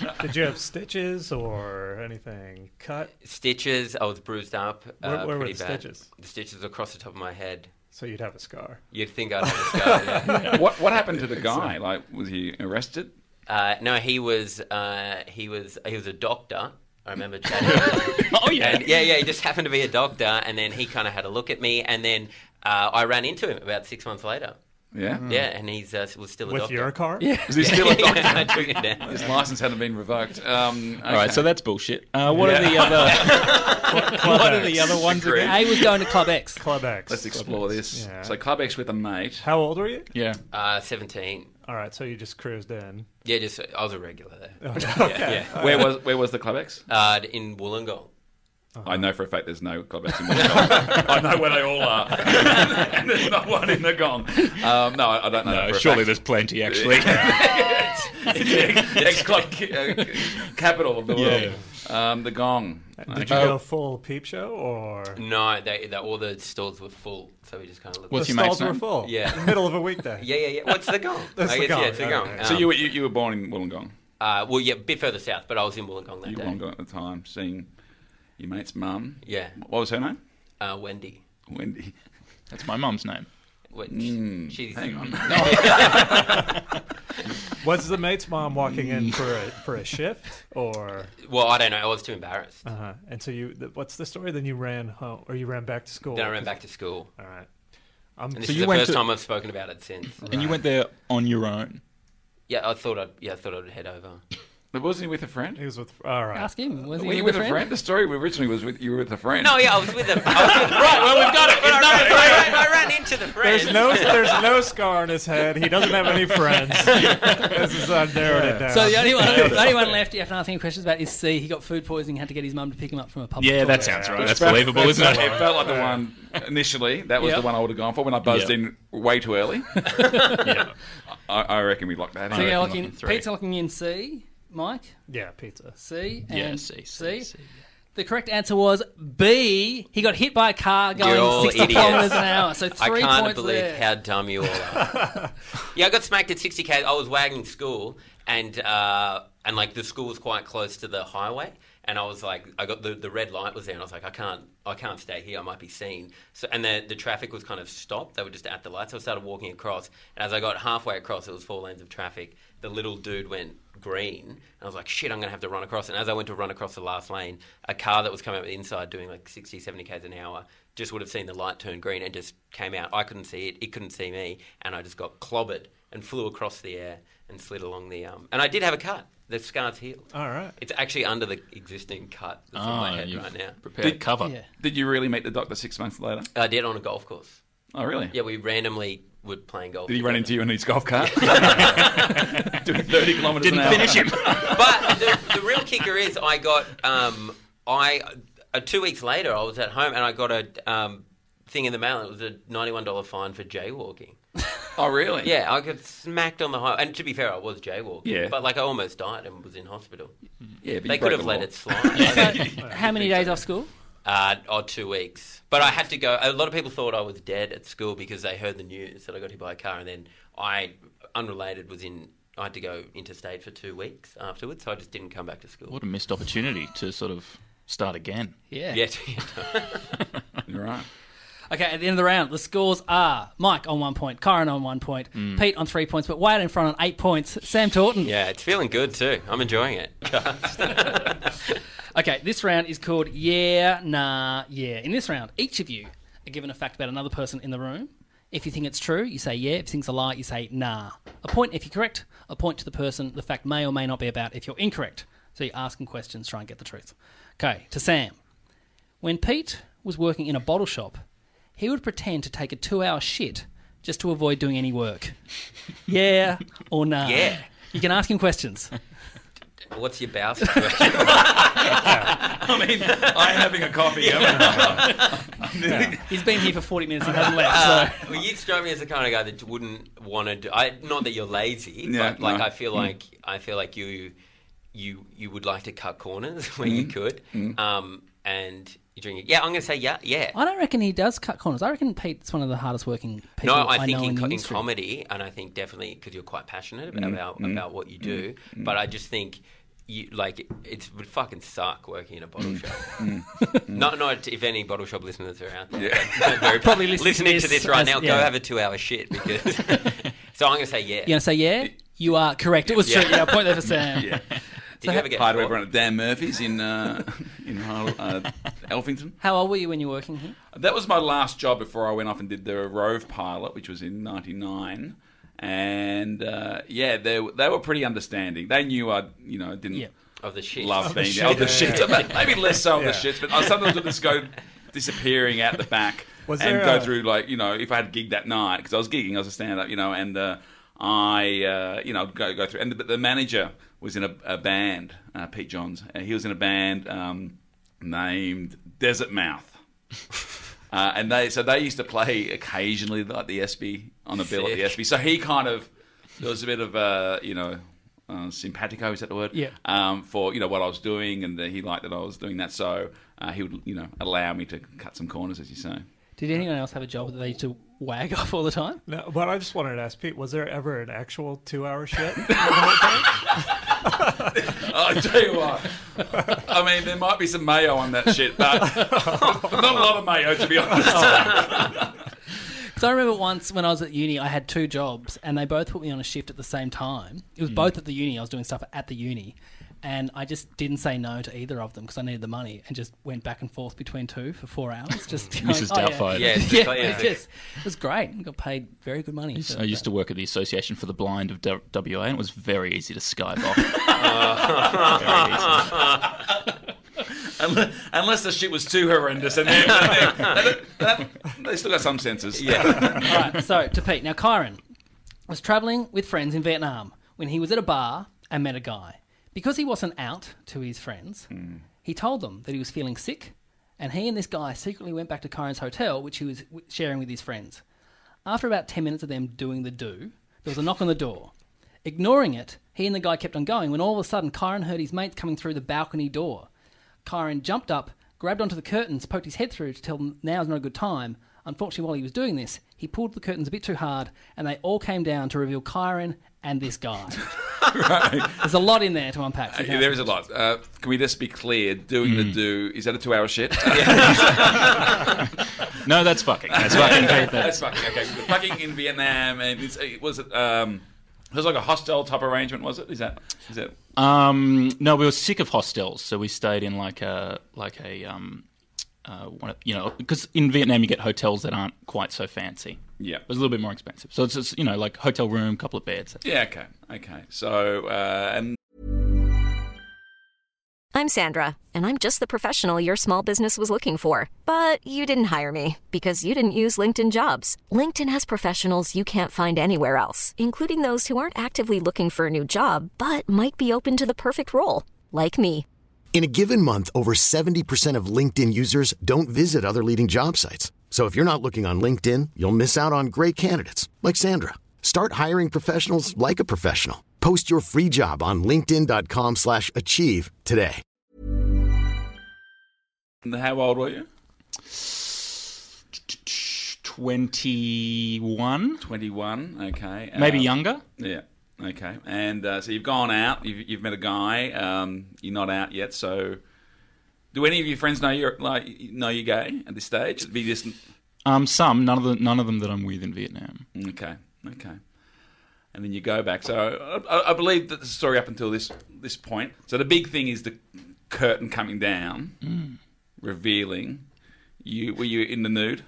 Speaker 7: (laughs)
Speaker 6: there.
Speaker 5: Did you have stitches or anything cut?
Speaker 6: stitches. I was bruised up.
Speaker 5: Where-
Speaker 6: uh,
Speaker 5: where were
Speaker 6: pretty
Speaker 5: the
Speaker 6: bad.
Speaker 5: stitches?
Speaker 6: The stitches across the top of my head.
Speaker 5: So you'd have a scar.
Speaker 6: You'd think I'd have a scar. yeah.
Speaker 7: (laughs) What What happened to the guy? Like, was he arrested?
Speaker 6: Uh, no, he was uh, he was he was a doctor.
Speaker 7: (laughs)
Speaker 6: I remember chatting.
Speaker 8: (laughs) Oh, yeah.
Speaker 6: And, yeah, yeah. He just happened to be a doctor, and then he kind of had a look at me, and then uh, I ran into him about six months later.
Speaker 7: Yeah.
Speaker 8: Mm.
Speaker 6: Yeah, and he's uh, was still a
Speaker 5: Mm. With
Speaker 6: doctor. (laughs)
Speaker 5: your car?
Speaker 7: Is he still a doctor?
Speaker 6: I took him down.
Speaker 7: His license hadn't been revoked. Um,
Speaker 8: All right, so that's bullshit. Uh, what are the other? what are the other ones?
Speaker 6: Great.
Speaker 8: Again?
Speaker 4: A was going to Club X.
Speaker 5: Club X.
Speaker 7: let's explore this.
Speaker 5: Yeah.
Speaker 7: So Club X with a mate.
Speaker 5: How old were you?
Speaker 8: Yeah.
Speaker 6: Uh, Seventeen.
Speaker 5: All right, so you just cruised in.
Speaker 6: Yeah, just I was a regular there. Yeah,
Speaker 7: Where was Where was the Club X?
Speaker 6: yeah. Uh, in Wollongong.
Speaker 7: I know for a fact there's no Club X in
Speaker 6: (laughs)
Speaker 7: Wollongong. I know where they all are. and (laughs) there's not one in the Gong. Um, no, I don't know. that
Speaker 8: No,
Speaker 7: for a
Speaker 8: surely
Speaker 7: fact.
Speaker 8: there's plenty actually.
Speaker 7: It's the X Club ca- uh, capital of the world. Um, the Gong.
Speaker 5: Did you go full peep show or
Speaker 6: No, they, they, all the stalls were full, so we just kind of looked.
Speaker 8: What's
Speaker 5: the
Speaker 8: your mate's
Speaker 5: stalls were
Speaker 8: name?
Speaker 5: full?
Speaker 6: Yeah.
Speaker 5: middle of a weekday.
Speaker 6: yeah, yeah, yeah. What's the gong?
Speaker 5: That's
Speaker 6: I
Speaker 5: the
Speaker 6: guess, yeah, it's the
Speaker 5: gong,
Speaker 6: gong.
Speaker 5: okay.
Speaker 6: Um,
Speaker 7: So you, were- you you were born in Wollongong.
Speaker 6: uh, well, yeah, a bit further south, but I was in Wollongong that
Speaker 7: You were
Speaker 6: day.
Speaker 7: Wollongong at the time, seeing your mate's mum.
Speaker 6: Yeah,
Speaker 7: What was her name?
Speaker 6: uh, Wendy.
Speaker 7: Wendy.
Speaker 8: That's my mum's name.
Speaker 6: Which
Speaker 7: Mm,
Speaker 6: she's
Speaker 7: hang on.
Speaker 5: Was the mate's mom walking in
Speaker 6: Mm.
Speaker 5: for a for a shift or
Speaker 6: well, I don't know. I was too embarrassed.
Speaker 5: uh and so you th- what's the story? Then you ran home or you ran back to school.
Speaker 6: Then I ran back to school,
Speaker 5: All right. I'm
Speaker 6: and this
Speaker 8: So
Speaker 6: is
Speaker 8: you
Speaker 6: the
Speaker 8: went
Speaker 6: first
Speaker 8: to-
Speaker 6: time I've spoken about it since.
Speaker 8: And you went there on your own.
Speaker 6: Yeah, I thought I'd. Yeah, I thought I'd head over.
Speaker 7: But wasn't he with a friend?
Speaker 5: he was with all right.
Speaker 4: Ask him. Was he
Speaker 7: Were you with a friend? The story originally was with you were with a friend.
Speaker 6: No, yeah, I was with them. (laughs) I was with, right, well, we've got it. I, ran, I ran- I ran into the friend.
Speaker 5: There's no there's no scar on his head. He doesn't have any friends. this is I narrowed it down.
Speaker 4: So the only one, the only one left you haven't asked any questions about is C. He got food poisoning, had to get his mum to pick him up from a public.
Speaker 8: Yeah,
Speaker 4: toilet.
Speaker 8: that sounds right.
Speaker 7: Which
Speaker 8: That's
Speaker 7: felt-
Speaker 8: believable,
Speaker 7: that's
Speaker 8: isn't
Speaker 7: the
Speaker 8: it?
Speaker 7: one- It felt like the one initially. That was
Speaker 4: Yeah.
Speaker 7: the one I would have gone for when I buzzed
Speaker 8: Yeah.
Speaker 7: in way too
Speaker 6: (laughs)
Speaker 7: early.
Speaker 8: yeah.
Speaker 7: I, I reckon we locked that
Speaker 8: I
Speaker 4: So
Speaker 7: in.
Speaker 4: you're
Speaker 8: reckon
Speaker 4: locking,
Speaker 8: locking three.
Speaker 4: Pete's locking in C. Mike
Speaker 5: yeah, pizza.
Speaker 4: C. And
Speaker 8: Yeah, C, C, C,
Speaker 4: The correct answer was B. He got hit by a car going
Speaker 6: all
Speaker 4: 60
Speaker 6: idiots.
Speaker 4: kilometers an hour. So
Speaker 6: I
Speaker 4: three
Speaker 6: can't
Speaker 4: points
Speaker 6: believe
Speaker 4: there.
Speaker 6: how dumb you all are. yeah, I got smacked at 60k. I was wagging school, and uh, and like the school was quite close to the highway, and I was like, I got the, the red light was there, and I was like, I can't, I can't stay here. I might be seen. So and the the traffic was kind of stopped. They were just at the light, so I started walking across, and as I got halfway across, it was four lanes of traffic. The little dude went green, and I was like, shit, I'm gonna have to run across. And as I went to run across the last lane, a car that was coming up the inside doing like 60, 70 k's an hour just would have seen the light turn green and just came out. I couldn't see it, it couldn't see me, and I just got clobbered and flew across the air and slid along the um. And I did have a cut. The scar's healed.
Speaker 5: All right.
Speaker 6: It's actually under the existing cut that's in
Speaker 7: Ah,
Speaker 6: my head
Speaker 8: you've
Speaker 6: right now.
Speaker 8: Prepared
Speaker 7: Did-
Speaker 8: cover.
Speaker 4: Yeah.
Speaker 7: Did you really meet the doctor six months later?
Speaker 6: I did on a golf course.
Speaker 7: Oh, really?
Speaker 6: Yeah, we randomly were playing golf.
Speaker 7: Did he run
Speaker 6: together.
Speaker 7: into you in his golf cart? (laughs) Doing 30 kilometres an
Speaker 8: Didn't
Speaker 7: hour.
Speaker 8: finish him.
Speaker 6: but the, the real kicker is I got um, I uh, two weeks later I was at home and I got a um, thing in the mail. It was a ninety-one dollar fine for jaywalking.
Speaker 7: Oh, really?
Speaker 6: Yeah, I got smacked on the highway. And to be fair, I was jaywalking.
Speaker 7: Yeah.
Speaker 6: but like I almost died and was in hospital.
Speaker 7: Yeah, but you
Speaker 6: They
Speaker 7: broke
Speaker 6: could have
Speaker 7: the
Speaker 6: let
Speaker 7: law.
Speaker 6: it
Speaker 7: (laughs)
Speaker 6: slide.
Speaker 4: How many days off school?
Speaker 6: uh, or two weeks. But I had to go. A lot of people thought I was dead at school because they heard the news that I got hit by a car, and then I, unrelated, was in. I had to go interstate for two weeks afterwards, so I just didn't come back to school.
Speaker 8: What a missed opportunity to sort of start again.
Speaker 4: Yeah.
Speaker 6: Yet,
Speaker 7: You're right.
Speaker 4: Okay, at the end of the round, the scores are Mike on one point, Karen on one point, Pete on three points, but Wade in front on eight points, Sam Taunton.
Speaker 6: (laughs) yeah, it's feeling good too. I'm
Speaker 7: (laughs)
Speaker 6: enjoying it.
Speaker 4: Okay, this round is called Yeah, Nah, Yeah. In this round, each of you are given a fact about another person in the room. If you think it's true, you say yeah. If you think it's a lie, you say nah. A point if you're correct, a point to the person the fact may or may not be about if you're incorrect. So you ask them questions, try and get the truth. Okay, to Sam. When Pete was working in a bottle shop, he would pretend to take a two hour shit just to avoid doing any work. (laughs) Yeah or nah?
Speaker 6: Yeah.
Speaker 4: You can ask him questions.
Speaker 6: What's your bowel situation?
Speaker 7: I mean, I'm having a coffee. I'm-
Speaker 4: He's been here for 40 minutes and hasn't left, so.
Speaker 6: Uh, (laughs) well, you strike me as the kind of guy that wouldn't want to. Do, I not that you're lazy,
Speaker 7: Yeah,
Speaker 6: but like
Speaker 7: no. Mm.
Speaker 6: I feel like I feel like you, you you would like to cut corners (laughs) when you
Speaker 7: Mm.
Speaker 6: could. Um, and you drink it. Yeah, I'm going to say yeah, yeah.
Speaker 4: I don't reckon he does cut corners. I reckon Pete's one of the hardest working people
Speaker 6: no,
Speaker 4: I,
Speaker 6: I think
Speaker 4: know
Speaker 6: in,
Speaker 4: in, the
Speaker 6: co- in
Speaker 4: industry.
Speaker 6: comedy, and I think definitely because you're quite passionate about
Speaker 4: Mm,
Speaker 6: about, about what you do. But I just think you like it, it would fucking suck working in a
Speaker 4: Mm,
Speaker 6: bottle shop. (laughs) not not if any bottle shop listeners are out there. (laughs) but they're
Speaker 4: Probably listening to
Speaker 6: listening to
Speaker 4: this
Speaker 6: this right
Speaker 4: as-
Speaker 6: now.
Speaker 4: yeah.
Speaker 6: Go have a two hour shit
Speaker 4: (laughs)
Speaker 6: because. (laughs) so I'm going to say yeah.
Speaker 4: You're going to say, yeah, you are correct. It was true. Yeah, point there for Sam.
Speaker 7: yeah.
Speaker 6: Did you ever get
Speaker 7: Hi
Speaker 6: caught?
Speaker 7: to everyone at Dan Murphy's in uh, (laughs) in uh, Elphington.
Speaker 4: How old were you when you were working here?
Speaker 7: That was my last job before I went off and did the Rove pilot, which was in '99. And uh, yeah, they they were pretty understanding. They knew I, you know, didn't
Speaker 4: Yeah.
Speaker 6: of the shit.
Speaker 7: love being
Speaker 5: shits.
Speaker 7: the, of the
Speaker 5: Yeah.
Speaker 7: shits. But Maybe less so of
Speaker 5: Yeah.
Speaker 7: the shits, but I sometimes would just go disappearing out the back
Speaker 5: (laughs) Was
Speaker 7: and
Speaker 5: there
Speaker 7: go
Speaker 5: a-
Speaker 7: through like you know if I had gig that night because I was gigging, I was a stand up, you know, and uh, I uh, you know go go through. And the, the manager was in a, a band, uh, Pete Johns. Uh, he was in a band um, named Desert Mouth. Uh, and they so they used to play occasionally like the SB on the bill at the
Speaker 6: Sick.
Speaker 7: SB. So he kind of there was a bit of uh, you know uh, simpatico. Is that the word?
Speaker 4: Yeah.
Speaker 7: Um, for you know what I was doing, and uh, he liked that I was doing that, so uh, he would you know allow me to cut some corners, as you say.
Speaker 4: Did anyone else have a job that they used to wag (laughs) off all the time?
Speaker 5: No, but I just wanted to ask Pete: Was there ever an actual two-hour (laughs) shit?
Speaker 7: Oh, I tell you what. I mean, there might be some mayo on that shit, but (laughs) not a lot of mayo, to be honest.
Speaker 4: Because I remember once when I was at uni, I had two jobs, and they both put me on a shift at the same time. It was both at the uni. I was doing stuff at the uni, and I just didn't say no to either of them because I needed the money, and just went back and forth between two for four hours. Just going,
Speaker 8: Mrs.
Speaker 4: "Oh, (laughs) yeah."
Speaker 8: Doubtfire.
Speaker 6: Yeah, it's
Speaker 4: yeah,
Speaker 6: just-
Speaker 4: it,
Speaker 6: yeah.
Speaker 4: was just, it was great. and got paid very good money.
Speaker 8: I used to work at the Association for the Blind of W- WA, and it was very easy to Skype (laughs) off. Very easy.
Speaker 7: Unless, unless the shit was too horrendous, and then, they, they, they still got some senses. Yeah.
Speaker 4: All right, so to Pete. Now, Kyron was traveling with friends in Vietnam when he was at a bar and met a guy. Because he wasn't out to his friends, he told them that he was feeling sick, and he and this guy secretly went back to Kyron's hotel, which he was w- sharing with his friends. After about 10 minutes of them doing the do, there was a knock on the door. Ignoring it, he and the guy kept on going when all of a sudden Kyron heard his mates coming through the balcony door. Kyron jumped up, grabbed onto the curtains, poked his head through to tell them now's not a good time. Unfortunately, while he was doing this, he pulled the curtains a bit too hard, and they all came down to reveal Kyron and this
Speaker 7: (laughs)
Speaker 4: guy. There's a lot in there to unpack. so you
Speaker 7: Yeah,
Speaker 4: know.
Speaker 7: there is a lot. Uh, can we just be clear? Doing
Speaker 8: Hmm.
Speaker 7: the do is that a two-hour
Speaker 8: (laughs)
Speaker 7: shit? (laughs)
Speaker 8: No, that's fucking. That's fucking. Pete,
Speaker 7: That's
Speaker 8: (laughs) that's-
Speaker 7: fucking okay. The fucking in Vietnam, and it's, it was it um, it was like a hostel type arrangement, was it? Is that is that?
Speaker 8: Um, no, we were sick of hostels, so we stayed in like a like a um, uh, one of, you know, because in Vietnam you get hotels that aren't quite so fancy.
Speaker 7: Yeah.
Speaker 8: It was a little bit more expensive. So it's just, you know like hotel room, couple of beds.
Speaker 7: Yeah. Okay. Okay. So uh, and
Speaker 9: I'm Sandra, and I'm just the professional your small business was looking for. But you didn't hire me because you didn't use LinkedIn jobs. LinkedIn has professionals you can't find anywhere else, including those who aren't actively looking for a new job but might be open to the perfect role, like me.
Speaker 10: In a given month, over 70% of LinkedIn users don't visit other leading job sites. So if you're not looking on LinkedIn, you'll miss out on great candidates like Sandra. Start hiring professionals like a professional. Post your free job on linkedin.com/achieve slash achieve today.
Speaker 7: how old were you?
Speaker 8: Twenty one,
Speaker 7: Twenty-one. Okay.
Speaker 8: maybe
Speaker 7: Uh,
Speaker 8: younger.
Speaker 7: Yeah. Okay. And uh, so you've gone out. You've, you've met a guy. Um, you're not out yet. So, do any of your friends know you're like know you're gay at this stage? It'd be just
Speaker 8: Um, some none of the none of them that I'm with in Vietnam.
Speaker 7: okay. Okay. And then you go back. So I, I- I believe that the story up until this this point. So the big thing is the curtain coming down, revealing. You were you in the nude?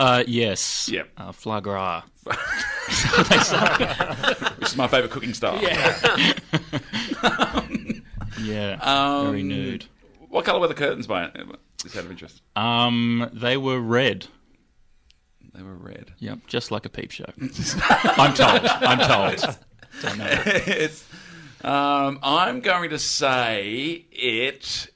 Speaker 8: Uh, yes.
Speaker 7: Yep.
Speaker 8: Uh, foie (laughs) gras.
Speaker 7: Which is my favorite cooking style. Yeah.
Speaker 8: Yeah. (laughs) Um, very nude.
Speaker 7: What color were the curtains by? Just out of interest.
Speaker 8: Um, they were red.
Speaker 7: They were red.
Speaker 8: Yep, just like a peep show. (laughs) I'm told. I'm (laughs) told. Don't know.
Speaker 7: (laughs) it's, um, I'm going to say it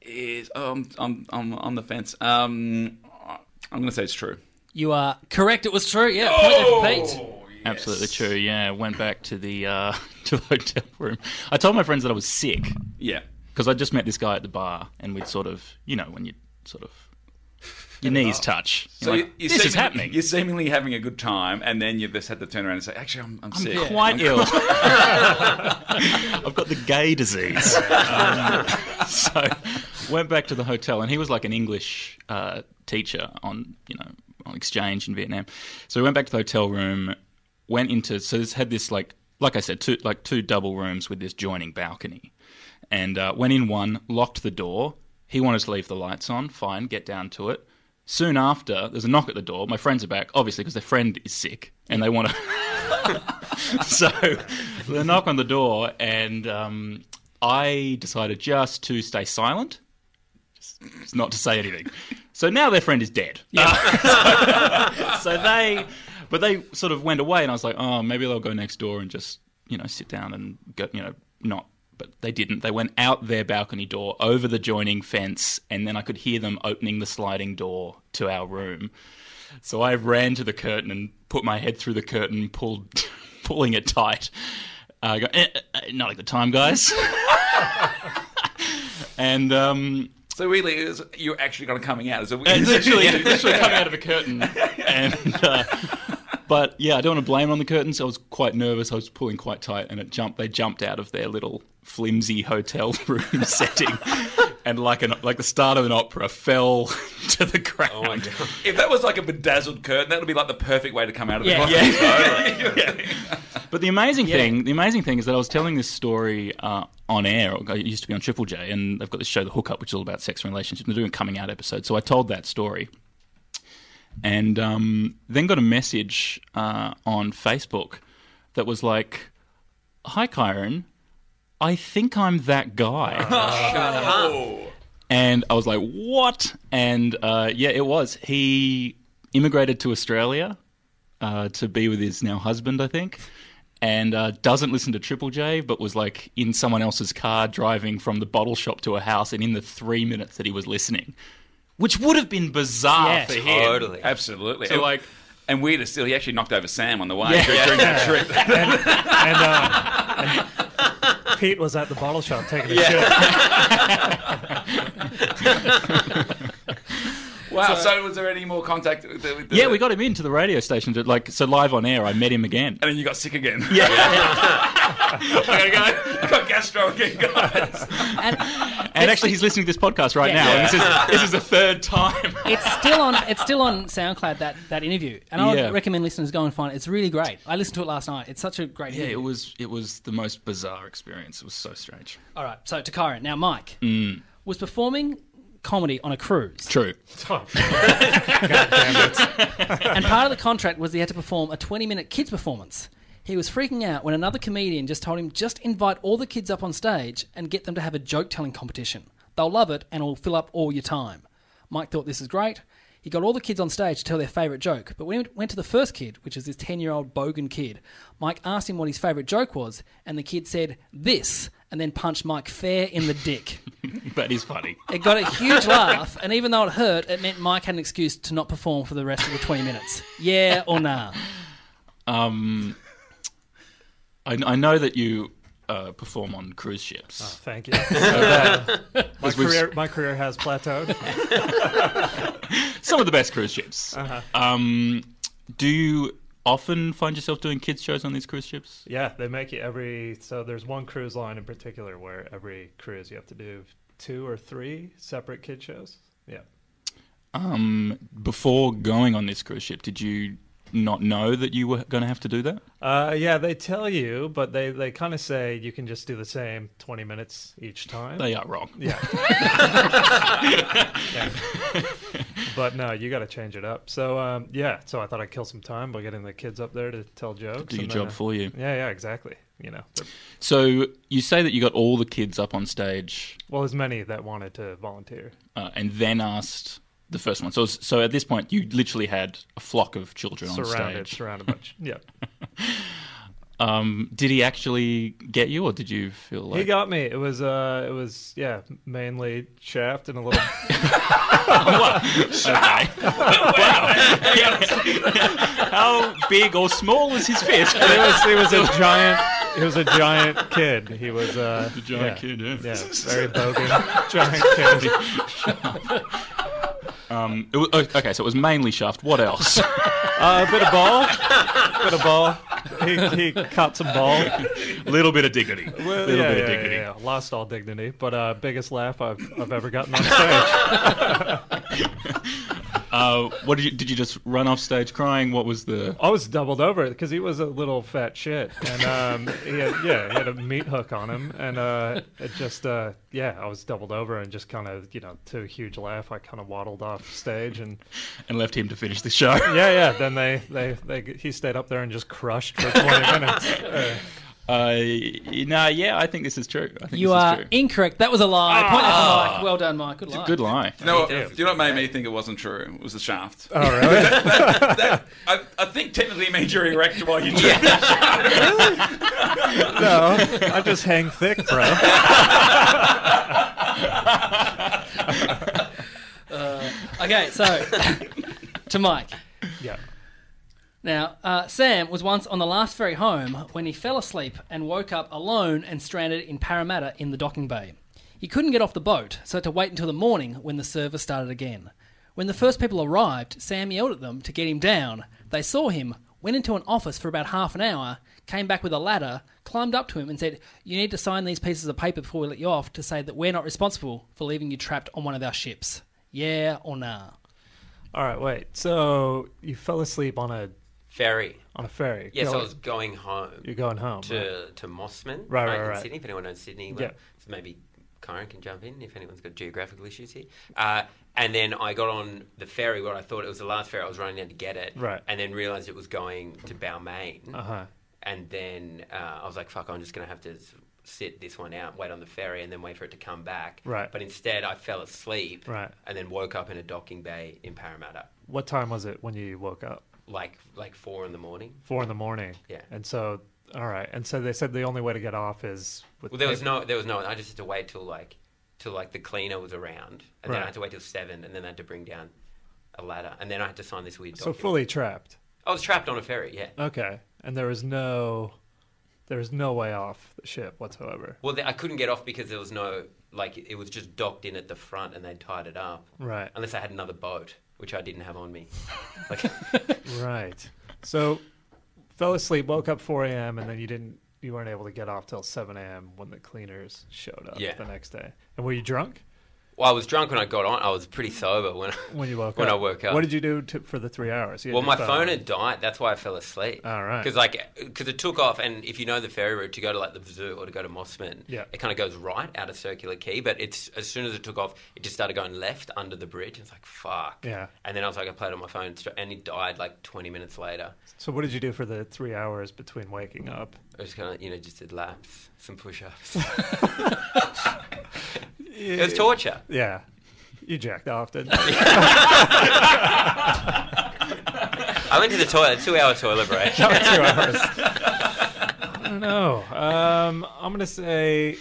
Speaker 7: is. Oh, I'm, I'm, I'm on the fence. Um, I'm going to say it's true.
Speaker 4: You are correct. It was true. Yeah, point to Pete.
Speaker 8: Absolutely true. Yeah, went back to the uh, (laughs) to the hotel room. I told my friends that I was sick
Speaker 7: Yeah.
Speaker 8: because I just met this guy at the bar, and we'd sort of, you know, when you
Speaker 7: (laughs)
Speaker 8: sort of your knees touch. You're like,
Speaker 7: you- you
Speaker 8: this is
Speaker 7: seemingly-
Speaker 8: happening.
Speaker 7: You're seemingly having a good time, and then you just had to turn around and say, "Actually, I'm, I'm, sick."
Speaker 8: I'm quite ill. I've (laughs)
Speaker 7: (laughs)
Speaker 8: got the gay disease. Um, so went back to the hotel, and he was like an English uh, teacher on you know on exchange in Vietnam. So we went back to the hotel room, went into so this had this like like I said two like two double rooms with this joining balcony, and uh, went in one, locked the door. He wanted to leave the lights on. Fine, get down to it. Soon after, there's a knock at the door. My friends are back, obviously, because their friend is sick and they want to (laughs) so the knock on the door, and um, I decided just to stay silent, just not to say anything. So now their friend is dead. Uh, (laughs) so, so they, but they sort of went away, and I was like, oh, maybe they'll go next door and just you know sit down and go, you know, not. But they didn't. They went out their balcony door over the joining fence, and then I could hear them opening the sliding door to our room. So (laughs) I ran to the curtain and put my head through the curtain, pulled, pulling it tight. I go, eh, eh, eh, not at the time, guys. (laughs) and um,
Speaker 7: So really, it was, you're actually kind of coming out. It's, a,
Speaker 8: it's literally,
Speaker 7: (laughs)
Speaker 8: (laughs) literally coming out of a curtain. (laughs) And, uh, but yeah, I don't want to blame it on the curtains. I was quite nervous. I was pulling quite tight, and it jumped. They jumped out of their little flimsy hotel (laughs) room setting, and like an like the start of an opera, fell (laughs) to the ground.
Speaker 7: If that was like a bedazzled curtain, that would be like the perfect way to come out of the
Speaker 8: Yeah.
Speaker 7: box. (laughs)
Speaker 8: (laughs) But the amazing thing, the amazing thing is that I was telling this story uh, on air. I used to be on Triple J, and they've got this show, The Hookup, which is all about sex and relationships. and They're doing a coming out episode, so I told that story, and um, then got a message uh, on Facebook that was like, "Hi, Kyron, I think I'm that guy." And I was like, what? And uh, yeah, it was. He immigrated to Australia uh, to be with his now husband, I think, and uh, doesn't listen to Triple J, but was like in someone else's car driving from the bottle shop to a house, and in the three minutes that he was listening, which would have been bizarre
Speaker 4: Yeah.
Speaker 8: for him.
Speaker 6: (laughs) Totally.
Speaker 7: Absolutely.
Speaker 8: So, like-
Speaker 7: and weirder still, he actually knocked over Sam on the way
Speaker 8: Yeah.
Speaker 7: during, during that trip.
Speaker 5: And, uh, and Pete was at the bottle shop taking a shit.
Speaker 7: (laughs)
Speaker 8: (laughs)
Speaker 7: wow. So, was there any more contact? With the, with the,
Speaker 8: Yeah, we got him into the radio station. To, like, so live on air, I met him again.
Speaker 7: And then you got sick again. Yeah. (laughs) I gotta go. I got gastro again, guys.
Speaker 8: And actually, he's listening to this podcast right
Speaker 4: Yeah.
Speaker 8: now. And this is this is the third time.
Speaker 4: It's still on. It's still on SoundCloud. That that interview, and I
Speaker 8: Yeah.
Speaker 4: would recommend listeners go and find it. It's really great. I listened to it last night. It's such a great.
Speaker 8: (laughs) Yeah,
Speaker 4: interview.
Speaker 8: it was it was the most bizarre experience. It was so strange.
Speaker 4: All right. So to Kyron now, Mike
Speaker 8: Mm.
Speaker 4: was performing comedy on a cruise,
Speaker 8: True.
Speaker 4: and part of the contract was he had to perform a twenty-minute kids performance. He was freaking out when another comedian just told him, "Just invite all the kids up on stage and get them to have a joke-telling competition. They'll love it, and it'll fill up all your time." Mike thought this is great. He got all the kids on stage to tell their favourite joke, but when he went to the first kid, which is this 10 year old bogan kid, Mike asked him what his favourite joke was, and the kid said, This, and then punched Mike fair in the dick.
Speaker 8: (laughs) But he's funny.
Speaker 4: It got a huge laugh, and even though it hurt, it meant Mike had an excuse to not perform for the rest of the 20 minutes. Yeah or nah?
Speaker 8: I, I know that you uh, perform on cruise ships.
Speaker 5: Thank you. So bad. Ah. My career, my career has plateaued.
Speaker 8: (laughs) Some of the best cruise ships.
Speaker 5: Uh-huh.
Speaker 8: Um, do you often find yourself doing kids shows on these cruise ships?
Speaker 5: Yeah, they make you every. So there's one cruise line in particular where every cruise you have to do two or three separate kid shows. Yeah.
Speaker 8: Um, before going on this cruise ship, did you not know that you were going to have to do that?
Speaker 5: Uh, yeah, they tell you, but they, they kind of say you can just do the same 20 minutes each time.
Speaker 8: They are wrong.
Speaker 5: yeah. Yeah. But no, you got to change it up. So um, yeah, so I thought I'd kill some time by getting the kids up there to tell jokes.
Speaker 8: your
Speaker 5: and
Speaker 8: job
Speaker 5: uh,
Speaker 8: for you.
Speaker 5: Yeah, yeah, exactly. You know, they're-
Speaker 8: So you say that you got all the kids up on stage
Speaker 5: well, as many that wanted to volunteer.
Speaker 8: uh, and then asked the first one. So, so at this point, you literally had a flock of children on
Speaker 5: surrounded,
Speaker 8: stage.
Speaker 5: surrounded bunch.
Speaker 8: (laughs)
Speaker 5: Yeah,
Speaker 8: Um, did he actually get you, or did you feel like
Speaker 5: he got me. It was, uh, it was, yeah, mainly shaft and a little.
Speaker 8: (laughs) (laughs) Okay. How big or small was his fist?
Speaker 5: it
Speaker 8: (laughs)
Speaker 5: was, it was a giant. He was a giant kid. He was uh, a
Speaker 8: giant kid, yeah.
Speaker 5: yeah,
Speaker 8: (laughs)
Speaker 5: very bogan, giant kid.
Speaker 8: Um, it was, okay, so it was mainly shaft. What else?
Speaker 5: Uh, a bit of ball, bit of ball. He, he caught some ball.
Speaker 8: A (laughs) little bit of dignity.
Speaker 5: Well,
Speaker 8: little
Speaker 5: yeah,
Speaker 8: bit of
Speaker 5: yeah,
Speaker 8: dignity.
Speaker 5: yeah, yeah. Lost all dignity, but uh, biggest laugh I've, I've ever gotten on stage.
Speaker 8: Uh, what did you did you just run off stage crying? What was the?
Speaker 5: I was doubled over because he was a little fat shit, and um, he had, yeah, he had a meat hook on him, and uh, it just uh, yeah, I was doubled over and just kind of you know to a huge laugh, I kind of waddled off stage, and
Speaker 8: And left him to finish the show.
Speaker 5: yeah, yeah, then they they, they he stayed up there and just crushed for twenty (laughs) minutes. Uh,
Speaker 8: (laughs) Uh, nah, yeah, I think this is true. I think
Speaker 4: You
Speaker 8: this
Speaker 4: are
Speaker 8: is true. Ah.
Speaker 4: incorrect. That was a lie. Point out to Mike. Well done, Mike. Good lie. (laughs)
Speaker 8: Good lie.
Speaker 7: You know, what, do you know what made me think it wasn't true? It was the shaft. (laughs)
Speaker 5: oh really?
Speaker 7: I, I think technically it made you erect while you did.
Speaker 5: No, I just hang thick, bro.
Speaker 8: (laughs)
Speaker 4: Okay, so to Mike.
Speaker 5: Yeah.
Speaker 4: Now, uh, Sam was once on the last ferry home when he fell asleep and woke up alone and stranded in Parramatta in the docking bay. He couldn't get off the boat, so had to wait until the morning when the service started again. When the first people arrived, Sam yelled at them to get him down. They saw him, went into an office for about half an hour, came back with a ladder, climbed up to him, and said, You need to sign these pieces of paper before we let you off to say that we're not responsible for leaving you trapped on one of our ships. Yeah or nah?
Speaker 5: All right, wait. So you fell asleep on a
Speaker 6: Ferry.
Speaker 5: on a ferry.
Speaker 6: Yes,
Speaker 5: Go-
Speaker 6: I was going home.
Speaker 5: You're going home,
Speaker 6: to to Mossman,
Speaker 5: Right, right,
Speaker 6: in
Speaker 5: right.
Speaker 6: Sydney. If anyone knows Sydney,
Speaker 5: Yeah.
Speaker 6: well, so maybe Kyron can jump in if anyone's got geographical issues here. Uh, and then I got on the ferry. What I thought it was the last ferry. I was running down to get it,
Speaker 5: Right.
Speaker 6: And then realised it was going to Balmain.
Speaker 5: Uh-huh.
Speaker 6: And then uh, I was like, "Fuck! I'm just going to have to s- sit this one out, wait on the ferry, and then wait for it to come back."
Speaker 5: Right.
Speaker 6: But instead, I fell asleep.
Speaker 5: Right.
Speaker 6: And then woke up in a docking bay in Parramatta,
Speaker 5: What time was it when you woke up?
Speaker 6: like like four in the morning.
Speaker 5: Four in the morning.
Speaker 6: Yeah.
Speaker 5: And so, all right. And so they said the only way to get off is with.
Speaker 6: Well, there was
Speaker 5: paper.
Speaker 6: no, there was no. I just had to wait till like, till like the cleaner was around, and then
Speaker 5: Right.
Speaker 6: I had to wait till seven, and then I had to bring down a ladder, and then I had to sign this weird.
Speaker 5: So
Speaker 6: document.
Speaker 5: fully trapped.
Speaker 6: I was trapped on a ferry. Yeah.
Speaker 5: Okay. And there was no, there was no way off the ship whatsoever.
Speaker 6: Well, th- I couldn't get off because there was no, like, it was just docked in at the front, and they tied it up.
Speaker 5: Right.
Speaker 6: Unless I had another boat, which I didn't have on me. Like,
Speaker 5: Right. So, fell asleep, woke up 4 a.m., and then you didn't, you weren't able to get off till 7 a.m. when the cleaners showed up
Speaker 6: Yeah.
Speaker 5: the next day. And were you drunk
Speaker 6: well, I was drunk when I got on. I was pretty sober when. I,
Speaker 5: when you woke
Speaker 6: When
Speaker 5: up?
Speaker 6: I woke up.
Speaker 5: What did you do to, for the three hours? You had
Speaker 6: Well,
Speaker 5: your
Speaker 6: my phone had died. That's why I fell asleep.
Speaker 5: All right.
Speaker 6: Because like, because it took off, and if you know the ferry route to go to like the zoo or to go to Mossman,
Speaker 5: Yeah.
Speaker 6: it kind of goes right out of Circular Quay. But it's as soon as it took off, it just started going left under the bridge. It's like fuck.
Speaker 5: Yeah.
Speaker 6: And then I was like, I played on my phone, stra- and it died like 20 minutes later.
Speaker 5: So, what did you do for the three hours between waking up?
Speaker 6: I just kind of, you know, just did laps, some
Speaker 5: (laughs)
Speaker 6: push-ups. it was torture.
Speaker 5: Yeah. You (laughs) jacked off, didn't
Speaker 6: I went to the toilet, two-hour toilet
Speaker 5: (laughs)
Speaker 6: break.
Speaker 5: I don't know. Um, I'm going to say,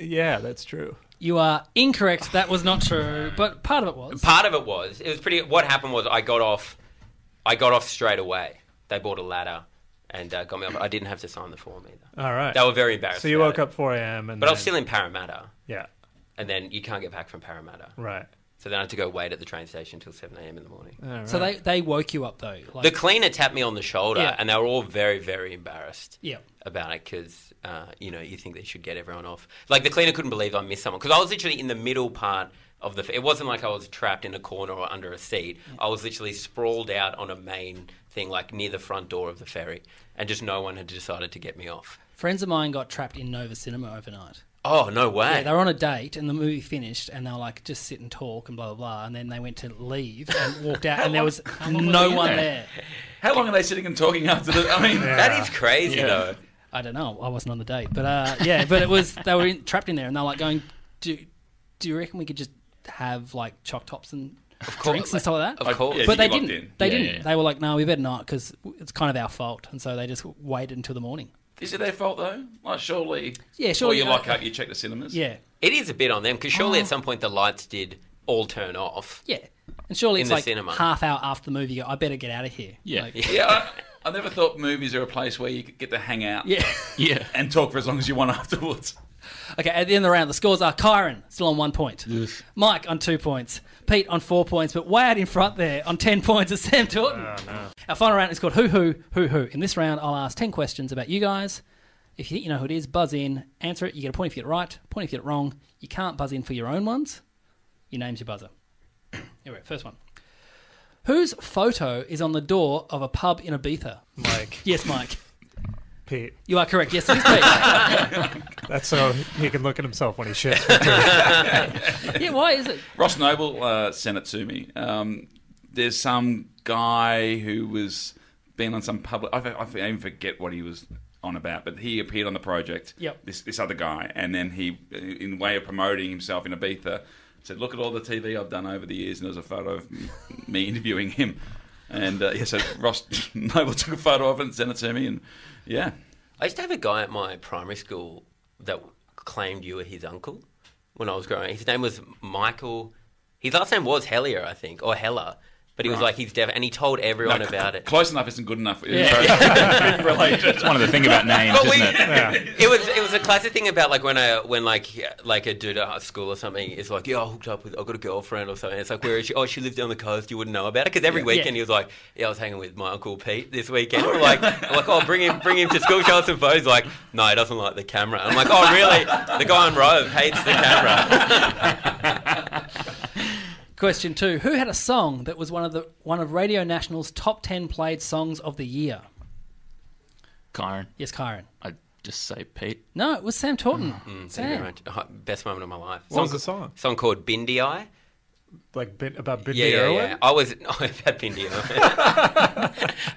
Speaker 5: yeah, that's true.
Speaker 4: You are incorrect. That was not true, but part of it was.
Speaker 6: Part of it was it was pretty. What happened was I got off, I got off straight away. They bought a ladder and uh, got me off. I didn't have to sign the form either.
Speaker 5: All right.
Speaker 6: They were very embarrassed.
Speaker 5: so, you
Speaker 6: about
Speaker 5: woke
Speaker 6: it.
Speaker 5: up 4 a.m. and
Speaker 6: but I was
Speaker 5: then-
Speaker 6: still in Parramatta,
Speaker 5: Yeah.
Speaker 6: and then you can't get back from Parramatta.
Speaker 5: Right.
Speaker 6: So then I had to go wait at the train station till seven a.m. in the morning.
Speaker 4: So they, they woke you up though. Like,
Speaker 6: The cleaner tapped me on the shoulder,
Speaker 4: Yeah.
Speaker 6: and they were all very, very embarrassed
Speaker 4: Yeah.
Speaker 6: about it because uh, you know you think they should get everyone off. Like the cleaner couldn't believe I missed someone because I was literally in the middle part of the. It wasn't like I was trapped in a corner or under a seat. I was literally sprawled out on a main thing, like near the front door of the ferry, and just no one had decided to get me off.
Speaker 4: friends of mine got trapped in Nova Cinema overnight.
Speaker 6: Oh no way!
Speaker 4: Yeah, they were on a date and the movie finished and they were like just sit and talk and blah blah blah and then they went to leave and walked out and there was no one there.
Speaker 7: How long are they sitting and talking after the? I mean,
Speaker 6: that is crazy
Speaker 4: Uh,
Speaker 6: though.
Speaker 4: I don't know. I wasn't on the date, but uh, yeah, but it was they were in, trapped in there and they were like going, do do you reckon we could just have like choc tops and drinks and stuff like that?
Speaker 6: Of course.
Speaker 7: yeah,
Speaker 4: but they
Speaker 7: you get
Speaker 4: didn't.
Speaker 7: locked in.
Speaker 4: They
Speaker 8: Yeah,
Speaker 4: didn't.
Speaker 8: yeah.
Speaker 4: They were like, no, we better not because it's kind of our fault. And so they just waited until the morning.
Speaker 7: Is it their fault though? Like surely.
Speaker 4: Yeah, surely-
Speaker 7: Or you lock up, you check the cinemas.
Speaker 4: Yeah,
Speaker 6: It is a bit on them because surely at some point the lights did all turn off.
Speaker 4: yeah. And surely
Speaker 6: In
Speaker 4: it's
Speaker 6: the
Speaker 4: like
Speaker 6: cinema.
Speaker 4: half hour after the movie. You go, I better get out of here.
Speaker 8: Yeah.
Speaker 4: Like,
Speaker 7: Yeah. I, I never thought movies are a place where you could get to hang
Speaker 4: (laughs)
Speaker 7: out.
Speaker 4: yeah.
Speaker 8: (laughs) Yeah.
Speaker 7: And talk for as long as you want afterwards.
Speaker 4: okay. At the end of the round, the scores are Kyron still on one point, Mike on two points, Pete on four points, but way out in front there on ten points is Sam Torton. Our final round is called Who Who Who Who. In this round, I'll ask ten questions about you guys. If you think you know who it is, buzz in, answer it. You get a point if you get it right, point if you get it wrong. You can't buzz in for your own ones. Your name's your buzzer. (coughs) Here we go. First one. Whose photo is on the door of a pub in Ibiza?
Speaker 5: Mike,
Speaker 4: Yes, Mike.
Speaker 5: Pete.
Speaker 4: You are correct. Yes, it is Pete.
Speaker 5: That's so he can look at himself when he shits.
Speaker 4: (laughs) yeah, why is it?
Speaker 7: Ross Noble uh, sent it to me. Um, there's some guy who was being on some public. I, I even forget what he was on about, but he appeared on the project.
Speaker 4: Yep.
Speaker 7: This this other guy, and then he, in way of promoting himself in Ibiza, said, "Look at all the TV I've done over the years," and there's a photo of m- me (laughs) interviewing him. And uh, yeah, so Ross (laughs) Noble took a photo of it and sent it to me, and yeah,
Speaker 6: I used to have a guy at my primary school that claimed you were his uncle when I was growing up. His name was Michael. His last name was Hellier, I think, or Heller. But he was like, he's deaf, and he told everyone
Speaker 7: No,
Speaker 6: about it.
Speaker 7: Close enough isn't good enough. (laughs)
Speaker 6: (laughs)
Speaker 8: Yeah. That's one of the thing about names,
Speaker 6: But
Speaker 8: isn't
Speaker 6: (laughs) we-
Speaker 8: it?
Speaker 6: It was it was a classic thing about like when I when like like a dude at school or something is like yeah I hooked up with I got a girlfriend or something. It's like where is she? Oh, she lived down the coast. You wouldn't know about it because every weekend he was like yeah I was hanging with my uncle Pete this weekend. I'm like I'm like oh bring him bring him to school show us some photos. Like no he doesn't like the camera. I'm like oh really the guy on Rove hates the camera.
Speaker 4: Question two: Who had a song that was one of the one of Radio National's top ten played songs of the year?
Speaker 8: Kyron,
Speaker 4: Yes, Kyron.
Speaker 8: I'd just say Pete.
Speaker 4: No, it was Sam Taunton.
Speaker 6: Thank Mm. you very
Speaker 4: Sam.
Speaker 6: much. Oh, Best moment of my life.
Speaker 5: What was the song?
Speaker 6: Song called Bindi Eye.
Speaker 5: Like bit, about Bindi
Speaker 6: Yeah, yeah,
Speaker 5: Irwin?
Speaker 6: yeah. I was (laughs) no, about Bindi.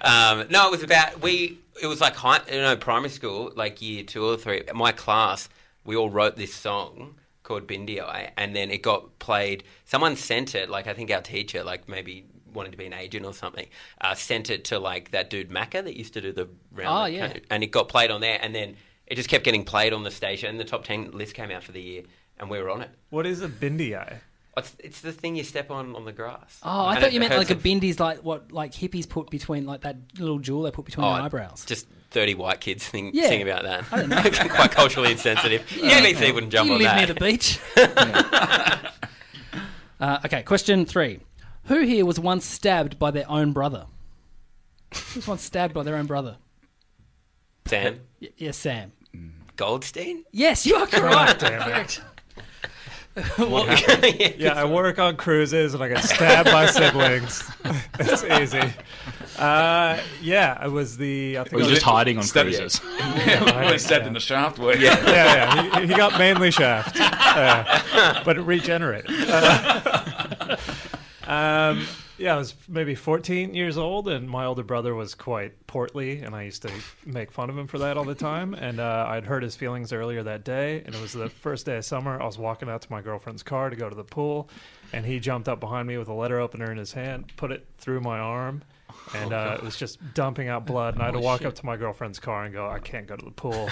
Speaker 4: (laughs)
Speaker 6: um, no, it was about we. It was like high, you know, primary school, like year two or three. My class, we all wrote this song called Bindi Eye, and then it got played. Someone sent it, like I think our teacher, like maybe wanted to be an agent or something, uh, sent it to like that dude Macca that used to do the round.
Speaker 4: Oh,
Speaker 6: the
Speaker 4: yeah.
Speaker 6: country, and it got played on there, and then it just kept getting played on the station. And the top ten list came out for the year, and we were on it.
Speaker 5: What is a Bindi eye?
Speaker 6: It's, it's the thing you step on on the grass.
Speaker 4: Oh, I
Speaker 6: And
Speaker 4: thought
Speaker 6: it
Speaker 4: you meant like
Speaker 6: hurts
Speaker 4: a
Speaker 6: them.
Speaker 4: bindi's like what like hippies put between like that little jewel they put between
Speaker 6: Oh,
Speaker 4: their eyebrows.
Speaker 6: Just dirty white kids thing,
Speaker 4: Yeah.
Speaker 6: sing about that.
Speaker 4: I don't
Speaker 6: (laughs)
Speaker 4: know.
Speaker 6: Quite
Speaker 4: (laughs)
Speaker 6: culturally insensitive. The ABC wouldn't jump
Speaker 4: you
Speaker 6: on
Speaker 4: live
Speaker 6: that.
Speaker 4: near the beach.
Speaker 6: (laughs)
Speaker 4: uh, okay, question three: Who here was once stabbed by their own brother? Who was once stabbed by their own brother? (laughs)
Speaker 6: Sam
Speaker 4: Y- yes, Sam.
Speaker 6: Goldstein?
Speaker 4: Yes, you are correct.
Speaker 5: damn it.
Speaker 4: Correct.
Speaker 6: (laughs)
Speaker 5: Yeah, I work on cruises and I get stabbed by siblings. (laughs) it's easy. Uh, yeah, I was the. I think
Speaker 8: He was
Speaker 5: I
Speaker 8: just hiding on
Speaker 7: Step-
Speaker 8: cruises. (laughs)
Speaker 7: (laughs) When stabbed in the shaft, were you? (laughs)
Speaker 5: Yeah, yeah. He, he got mainly shaft, uh, but it regenerated. Uh, um, yeah, I was maybe 14 years old, and my older brother was quite portly, and I used to make fun of him for that all the (laughs) time. And uh, I'd hurt his feelings earlier that day, and it was the first day of summer. I was walking out to my girlfriend's car to go to the pool, and he jumped up behind me with a letter opener in his hand, put it through my arm. And uh, it was just dumping out blood, and I had to walk up to my girlfriend's car and go, "I can't go to the (laughs) pool,"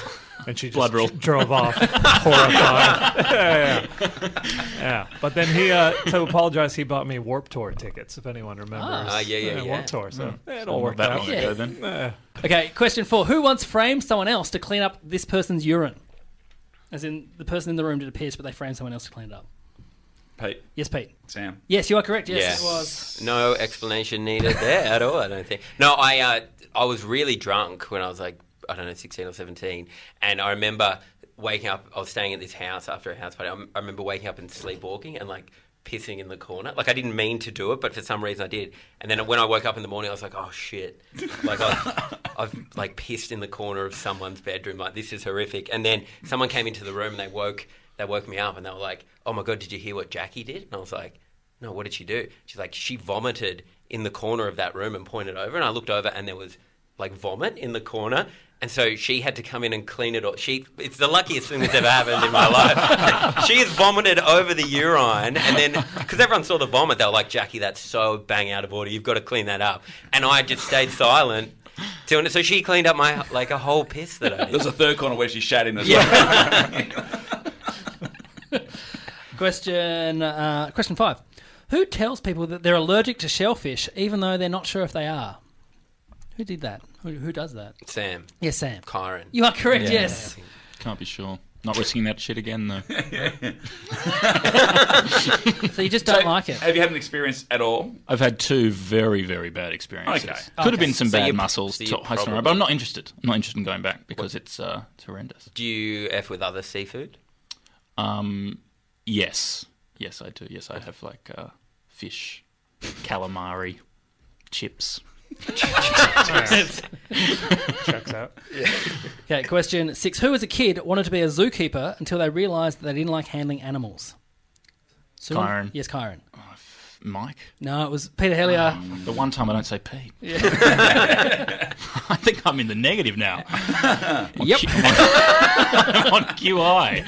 Speaker 5: and she just
Speaker 8: Blood rule.
Speaker 5: drove (laughs) off horrified. yeah, yeah. Yeah. But then he, uh, to apologize, he bought me Warp Tour tickets, if anyone remembers.
Speaker 6: Ah, yeah, yeah, yeah. Hmm.
Speaker 5: Warp Tour, so it all
Speaker 8: Not
Speaker 5: worked
Speaker 8: that
Speaker 5: out.
Speaker 8: long ago then.
Speaker 4: Okay, question four. Who once framed someone else to clean up this person's urine? As in, the person in the room did a piss, but they framed someone else to clean it up.
Speaker 7: Pete,
Speaker 4: Yes, Pete.
Speaker 7: Sam.
Speaker 4: Yes, you are correct. Yes,
Speaker 6: Yes.
Speaker 4: it was.
Speaker 6: No explanation needed there at all, I don't think. No, I uh, I was really drunk when I was like, I don't know, 16 or 17. And I remember waking up, I was staying at this house after a house party. I, m- I remember waking up and sleepwalking and like pissing in the corner. Like I didn't mean to do it, but for some reason I did. And then when I woke up in the morning, I was like, oh shit. Like I've, I've like pissed in the corner of someone's bedroom. Like this is horrific. And then someone came into the room and they woke, they woke me up and they were like, oh my God, did you hear what Jackie did? And I was like, no, what did she do? She's like, she vomited in the corner of that room and pointed over. And I looked over and there was like vomit in the corner. And so she had to come in and clean it all. She, it's the luckiest thing that's ever happened in my life. (laughs) she has vomited over the urine. And then, because everyone saw the vomit, they were like, Jackie, that's so bang out of order. You've got to clean that up. And I just stayed silent. till- So she cleaned up my, like a whole piss that I did.
Speaker 7: There's a third corner where she shat in as well.
Speaker 4: Question, uh, question five. Who tells people that they're allergic to shellfish, even though they're not sure if they are? Who did that? Who, who does that?
Speaker 6: Sam,
Speaker 4: Yes, Sam.
Speaker 6: Kyron.
Speaker 4: You are correct. Yes.
Speaker 8: Can't be sure. Not risking that shit again though.
Speaker 4: So you just don't like it.
Speaker 7: Have you had an experience at all?
Speaker 8: I've had two very, very bad experiences.
Speaker 7: Okay.
Speaker 8: Could have been some bad
Speaker 6: you-
Speaker 8: muscles
Speaker 6: so
Speaker 8: to
Speaker 6: you
Speaker 8: high scenario,
Speaker 6: probably-
Speaker 8: but I'm not interested. I'm not interested in going back because it's uh, it's horrendous.
Speaker 6: Do you F with other seafood?
Speaker 8: Um, yes, yes, I do. Yes, I have like uh, fish, calamari, chips.
Speaker 5: Checks out.
Speaker 4: Okay, question six. Who as a kid wanted to be a zookeeper until they realised that they didn't like handling animals? So
Speaker 8: Kyron.
Speaker 4: Yes, Kyron.
Speaker 8: Mike,
Speaker 4: No, it was Peter Hellier.
Speaker 8: the one time I don't say Pete. (laughs) I think I'm in the negative now.
Speaker 4: Yep.
Speaker 8: I'm on (laughs) QI.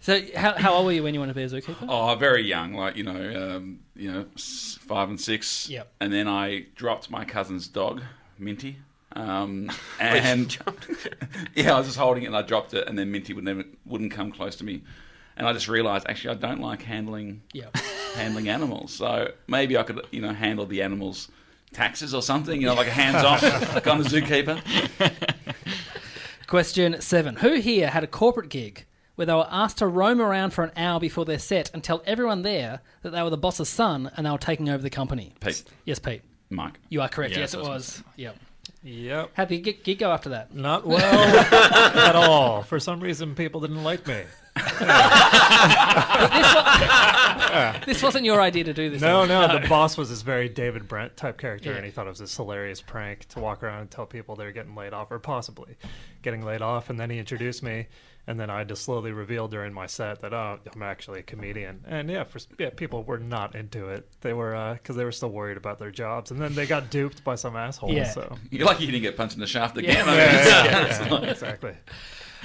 Speaker 4: So how, how old were you when you wanted to be a zookeeper?
Speaker 7: Oh, very young, like you know, um, you know, s- five and six.
Speaker 4: Yep.
Speaker 7: And then I dropped my cousin's dog, Minty.
Speaker 4: (laughs)
Speaker 7: Um, (laughs) and yeah, I was just holding it and I dropped it, and then Minty would never wouldn't come close to me. and I just realised actually I don't like handling
Speaker 4: Yeah.
Speaker 7: handling animals. So maybe I could you know handle the animals. Taxes or something, you know, like a hands off kind of zookeeper.
Speaker 4: Question seven. Who here had a corporate gig where they were asked to roam around for an hour before their set and tell everyone there that they were the boss's son and they were taking over the company?
Speaker 7: Pete,
Speaker 4: Yes, Pete.
Speaker 7: Mike.
Speaker 4: You are correct.
Speaker 8: Yeah,
Speaker 4: yes, it
Speaker 8: that's what I was
Speaker 4: was. Yep.
Speaker 5: Yep.
Speaker 4: How did the gig- gig go after that? (laughs)
Speaker 5: Not well (laughs) at all. For some reason, people didn't like me.
Speaker 4: This wasn't your idea to do this.
Speaker 5: No,
Speaker 4: was it?
Speaker 5: Oh, no, the boss was this very David Brent type character, and he thought it was this hilarious prank to walk around and tell people they're getting laid off or possibly getting laid off. And then he introduced me, and then I just slowly revealed during my set that oh, I'm actually a comedian. And yeah, for yeah, people were not into it. They were because they were still worried about their jobs, and then they got duped by some asshole.
Speaker 4: Yeah.
Speaker 5: So
Speaker 7: You're lucky you didn't get punched in the shaft again. I mean,
Speaker 5: Yeah, exactly.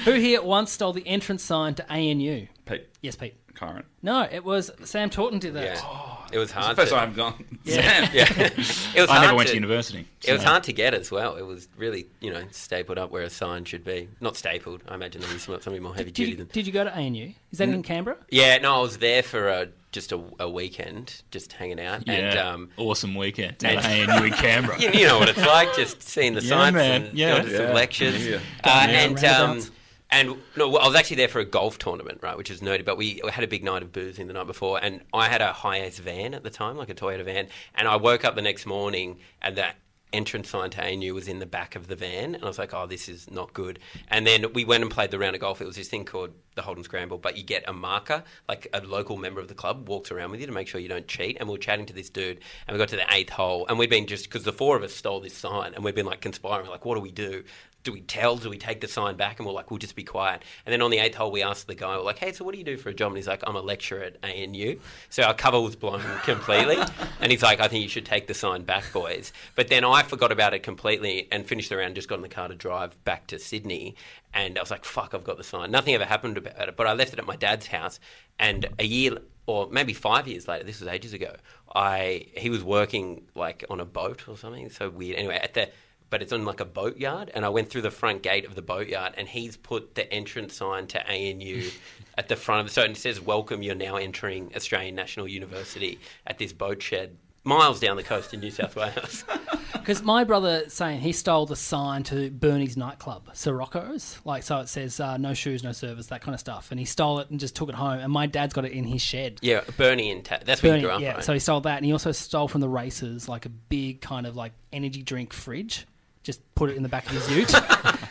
Speaker 4: Who here once stole the entrance sign to ANU?
Speaker 7: (laughs) Pete,
Speaker 4: Yes, Pete.
Speaker 7: Kyron.
Speaker 4: No, it was Sam Torton did that.
Speaker 6: Yeah. it was hard.
Speaker 7: First
Speaker 6: to,
Speaker 7: time I've gone. Yeah.
Speaker 6: (laughs) Yeah. it was
Speaker 8: I
Speaker 6: hard
Speaker 8: never went to university.
Speaker 6: It was hard to get as well. It was really, you know, stapled up where a sign should be. Not stapled. I imagine there was some- somebody more heavy
Speaker 4: Did you,
Speaker 6: duty than.
Speaker 4: did you go to ANU? Is that in Canberra?
Speaker 6: Yeah, no, I was there for a, just a, a weekend, just hanging out.
Speaker 8: Yeah,
Speaker 6: And, um,
Speaker 8: awesome weekend at ANU in
Speaker 6: (laughs)
Speaker 8: Canberra.
Speaker 6: you, you know what it's like, just seeing the
Speaker 8: Yeah,
Speaker 6: signs
Speaker 8: man.
Speaker 6: and
Speaker 8: Yeah.
Speaker 6: going to some
Speaker 7: Yeah.
Speaker 6: lectures.
Speaker 7: Yeah.
Speaker 6: Uh,
Speaker 8: Yeah.
Speaker 6: And um, and no, well, I was actually there for a golf tournament, right, which is nerdy. But we had a big night of boozing the night before, and I had a high ace van at the time, like a Toyota van. And I woke up the next morning, and that entrance sign to ANU was in the back of the van, and I was like, "Oh, this is not good." And then we went and played the round of golf. It was this thing called the Holden Scramble, but you get a marker, like a local member of the club walks around with you to make sure you don't cheat. And we were chatting to this dude, and we got to the eighth hole, and we'd been just because the four of us stole this sign, and we'd been like conspiring, like, "What do we do?" do we tell? Do we take the sign back? And we're like, we'll just be quiet. And then on the eighth hole, we asked the guy, we're like, hey, so what do you do for a job? And he's like, I'm a lecturer at ANU. So our cover was blown (laughs) completely. And he's like, I think you should take the sign back, boys. But then I forgot about it completely and finished the round, just got in the car to drive back to Sydney. And I was like, fuck, I've got the sign. Nothing ever happened about it. But I left it at my dad's house. And a year or maybe five years later, this was ages ago, I he was working like on a boat or something. So weird. Anyway, at the but it's on like a boatyard. And I went through the front gate of the boatyard, and he's put the entrance sign to
Speaker 4: (laughs)
Speaker 6: ANU at the front of So it says, "Welcome, you're now entering Australian National University at this boat shed miles down the coast in New
Speaker 4: (laughs)
Speaker 6: South Wales."
Speaker 4: Because my brother saying he stole the sign to Bernie's nightclub, Sirocco's, like so it says uh, no shoes, no service, that kind of stuff, and he stole it and just took it home. And my dad's got it in his shed.
Speaker 6: yeah, Bernie and Ta- that's where
Speaker 4: Bernie,
Speaker 6: you grew up,
Speaker 4: yeah.
Speaker 6: right?
Speaker 4: So he stole that, and he also stole from the races like a big kind of like energy drink fridge. Just put it in the back of his ute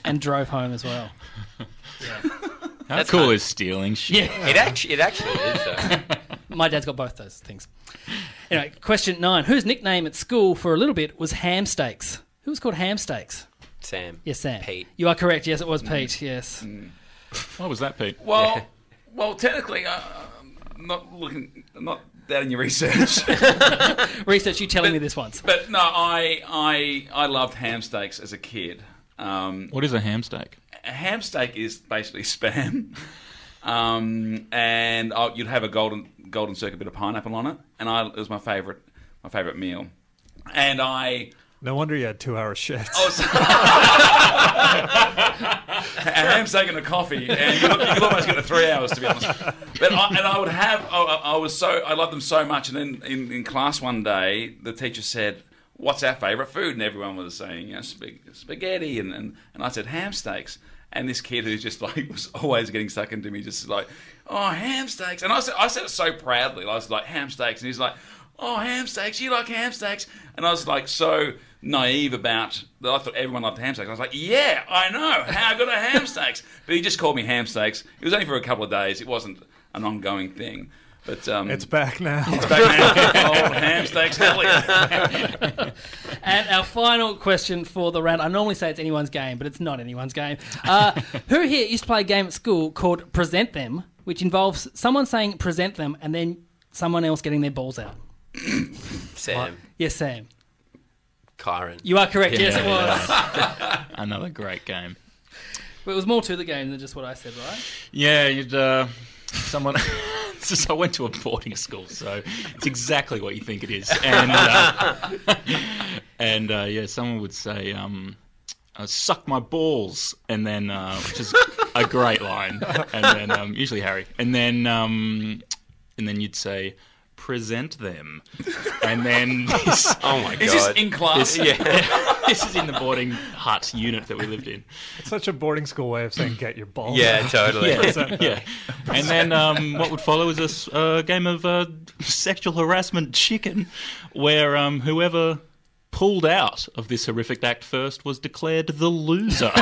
Speaker 4: and drove home as well.
Speaker 8: How
Speaker 6: That's
Speaker 8: cool
Speaker 6: hard.
Speaker 8: is stealing shit?
Speaker 6: it actually, it actually
Speaker 4: (laughs)
Speaker 6: is. Though.
Speaker 4: My dad's got both those things. Anyway, question nine: Whose nickname at school for a little bit was Ham Steaks? Who was called Ham Steaks?
Speaker 6: Sam.
Speaker 4: Yes, Sam.
Speaker 6: Pete.
Speaker 4: You are correct. Yes, it was Pete. Yes.
Speaker 8: Why was that, Pete?
Speaker 7: Well, well, technically, uh, I'm not looking, I'm not doubting your research, (laughs)
Speaker 4: Research. You telling me this once?
Speaker 7: but no, I, I, I loved ham steaks as a kid. Um,
Speaker 8: What is a ham steak?
Speaker 7: a ham steak is basically (laughs) spam, um, and I, you'd have a golden, golden circuit bit of pineapple on it, and I, it was my favorite, my favorite meal, and I.
Speaker 5: No wonder you had two hour shifts.
Speaker 7: Um, (laughs) a ham steak and a coffee, and you look, you could almost get to three hours to be honest. But I, and I would have, I, I was so, I loved them so much. And then in, in class one day, the teacher said, "What's our favourite food?" And everyone was saying, you know, spag- spaghetti, and, and and I said ham steaks. And this kid who's just like (laughs) was always getting stuck into me, just like, "Oh, ham steaks!" And I said, I said it so proudly. I was like, "Ham steaks," and he's like. Oh, ham steaks! You like ham steaks? And I was like so naive about that. I thought everyone loved ham steaks. I was like, yeah, I know. How good are ham steaks? But he just called me ham steaks. It was only for a couple of days. It wasn't an ongoing thing. But um,
Speaker 5: It's back now.
Speaker 7: it's back now. (laughs) Old ham steaks, hell yeah.
Speaker 4: And our final question for the round. I normally say it's anyone's game, but it's not anyone's game.
Speaker 6: (laughs)
Speaker 4: Uh, who here used to play a game at school called Present Them, which involves someone saying present them and then someone else getting their balls out?
Speaker 6: Sam.
Speaker 4: Yes, Sam.
Speaker 6: Kyron.
Speaker 4: You are correct. yes, it
Speaker 8: Yeah,
Speaker 4: was.
Speaker 8: yeah. Another great game.
Speaker 4: But it was more to the game than just what I said, right?
Speaker 8: Yeah, you'd uh, someone. (laughs) it's just I went to a boarding school, so it's exactly what you think it is. And uh, (laughs) and uh, yeah, someone would say, um, uh, "Suck my balls," and then uh, which is a great line. And then um, usually Harry, and then um, and then you'd say present them, and then this,
Speaker 6: Oh my
Speaker 7: Is
Speaker 4: (laughs)
Speaker 7: this
Speaker 6: god.
Speaker 3: (laughs)
Speaker 7: in class?
Speaker 8: yeah, (laughs) this is in the boarding hut unit that we lived in.
Speaker 5: It's (laughs) such a boarding school way of saying get your balls.
Speaker 6: yeah,
Speaker 5: out."
Speaker 6: totally.
Speaker 8: yeah, (laughs) yeah. And then um, what would follow is a s- uh, game of uh, (laughs) sexual harassment chicken, where um, whoever pulled out of this horrific act first was declared the loser.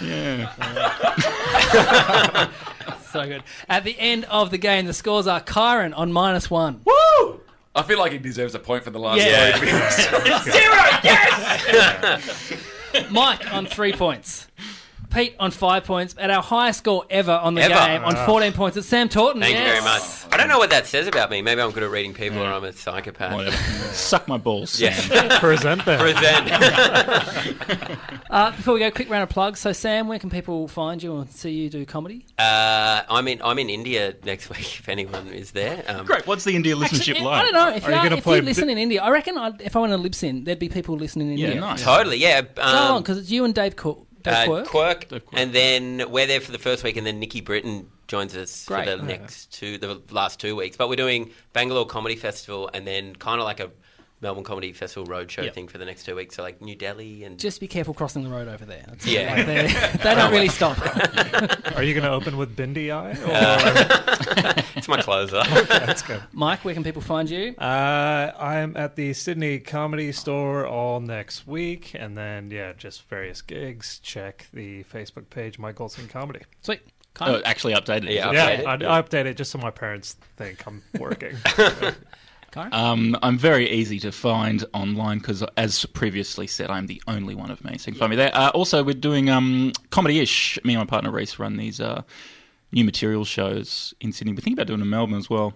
Speaker 8: yeah.
Speaker 4: So good. At the end of the game, the scores are Kyron on minus one.
Speaker 7: Woo! I feel like he deserves a point for the last
Speaker 4: Yeah.
Speaker 7: word.
Speaker 4: Mike on three points. Pete on five points. At our highest score ever on the
Speaker 6: Ever. Ah.
Speaker 4: game on 14 points, it's Sam Torton.
Speaker 6: Thank you very much.
Speaker 4: Yes.
Speaker 6: I don't know what that says about me. Maybe I'm good at reading people or I'm a psychopath.
Speaker 8: (laughs)
Speaker 6: (laughs)
Speaker 8: Whatever. (laughs) Suck my balls.
Speaker 6: Yeah.
Speaker 8: Sam.
Speaker 5: Present
Speaker 4: (laughs)
Speaker 5: them.
Speaker 6: Present.
Speaker 4: Uh, before we go, quick round of plugs. So, Sam, where can people find you and see you do comedy?
Speaker 6: Uh, I'm in. I'm in India next (laughs) week. If anyone is there, um,
Speaker 8: Great. What's the India listenership
Speaker 4: Actually,
Speaker 8: like?
Speaker 4: I don't know. If,
Speaker 5: Are
Speaker 4: you
Speaker 5: you
Speaker 4: are,
Speaker 5: gonna
Speaker 4: if
Speaker 5: play
Speaker 4: you
Speaker 5: a
Speaker 4: listen
Speaker 5: bit-
Speaker 4: in India, I reckon I'd, if I went to Libsyn, there'd be people listening in
Speaker 8: Yeah,
Speaker 4: India.
Speaker 8: nice.
Speaker 6: Totally. Yeah.
Speaker 4: So
Speaker 6: um,
Speaker 4: long, because it's you and Dave, Cor- Dave
Speaker 6: uh,
Speaker 4: Quirk.
Speaker 6: Quirk,
Speaker 8: Dave Quirk.
Speaker 6: and then we're there for the first week, and then Nikki Britton joins us
Speaker 4: Great.
Speaker 6: for the next two, the last two weeks. But we're doing Bangalore Comedy Festival, and then kind of like a Melbourne Comedy Festival roadshow thing for the next two weeks. So like New Delhi and
Speaker 4: Just be careful crossing the road over there. That's
Speaker 6: Yeah.
Speaker 4: like they, they don't really stop.
Speaker 5: Are you going to open with Bindi Eye? Or...
Speaker 6: it's my
Speaker 4: (laughs)
Speaker 6: closer.
Speaker 5: That's good.
Speaker 4: Mike, where can people find you?
Speaker 5: Uh, I'm at the Sydney Comedy Store all next week, and then yeah, just various gigs. Check the Facebook page, Mike Goldstein Comedy.
Speaker 4: Sweet. Kind
Speaker 8: Oh, actually updated.
Speaker 6: Yeah.
Speaker 5: Yeah,
Speaker 6: Update
Speaker 5: I, I update it just so my parents think I'm working. (laughs)
Speaker 8: Um, I'm very easy to find online because, as previously said, I'm the only one of me. So you can find me there. Uh, also, we're doing um, comedy ish. Me and my partner Reese run these uh, new material shows in Sydney. We're thinking about doing them in Melbourne as well.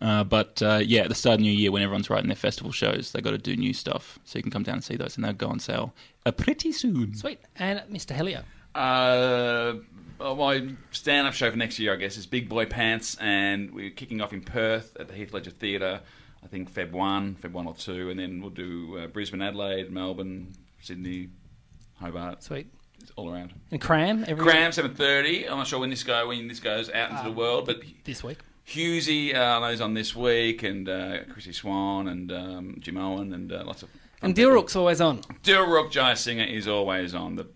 Speaker 8: Uh, but uh, yeah, at the start of the new year, when everyone's writing their festival shows, they got to do new stuff. So you can come down and see those, and they'll go on sale uh, pretty soon.
Speaker 4: Sweet. And Mr. Helio.
Speaker 7: Uh, well, my stand-up show for next year, I guess, is Big Boy Pants, and we're kicking off in Perth at the Heath Ledger Theatre. I think Feb one, Feb one or two, and then we'll do uh, Brisbane, Adelaide, Melbourne, Sydney, Hobart.
Speaker 4: Sweet.
Speaker 7: It's all around.
Speaker 4: And Cram. Every
Speaker 7: Graham, seven thirty. I'm not sure when this go when this goes out
Speaker 8: Um,
Speaker 7: into the world, but
Speaker 4: This week.
Speaker 7: Husey, uh, I know he's on this week, and uh, Chrissy Swan, and um, Jim Owen, and uh, lots of.
Speaker 4: And Dilrook's always on.
Speaker 7: Dilrook Jai Singer is always on the.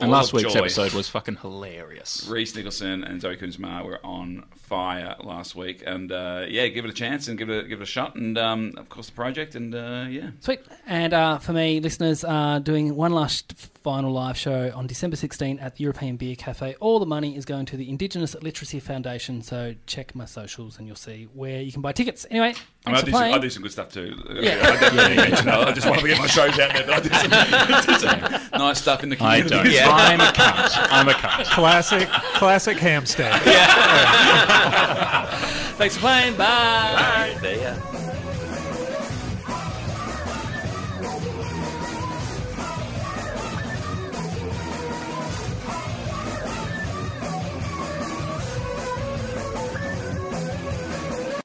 Speaker 8: And last
Speaker 7: Ball of
Speaker 8: week's
Speaker 7: joy.
Speaker 8: episode was fucking hilarious.
Speaker 7: Reese Nicholson and Zoe Kunzma were on fire last week, and uh, yeah, give it a chance and give it a, give it a shot, and um, of course the project, and uh, yeah,
Speaker 4: Sweet. And uh, for me, listeners are doing one last final live show on December 16 at the European Beer Cafe. All the money is going to the Indigenous Literacy Foundation, so check my socials and you'll see where you can buy tickets. Anyway,
Speaker 7: I,
Speaker 4: thanks
Speaker 7: mean, I,
Speaker 4: for
Speaker 7: do some, I
Speaker 4: playing.
Speaker 7: do some good stuff too. Yeah. (laughs) I, don't really mention that. I just wanted to get my shows out there, but I do
Speaker 8: (laughs)
Speaker 7: some, some nice stuff in the
Speaker 8: I
Speaker 7: community. (laughs)
Speaker 8: don't.
Speaker 6: Yeah.
Speaker 8: I'm a cunt. I'm a cunt.
Speaker 5: classic, classic ham steak.
Speaker 4: Thanks for playing. Bye.
Speaker 6: there, yeah.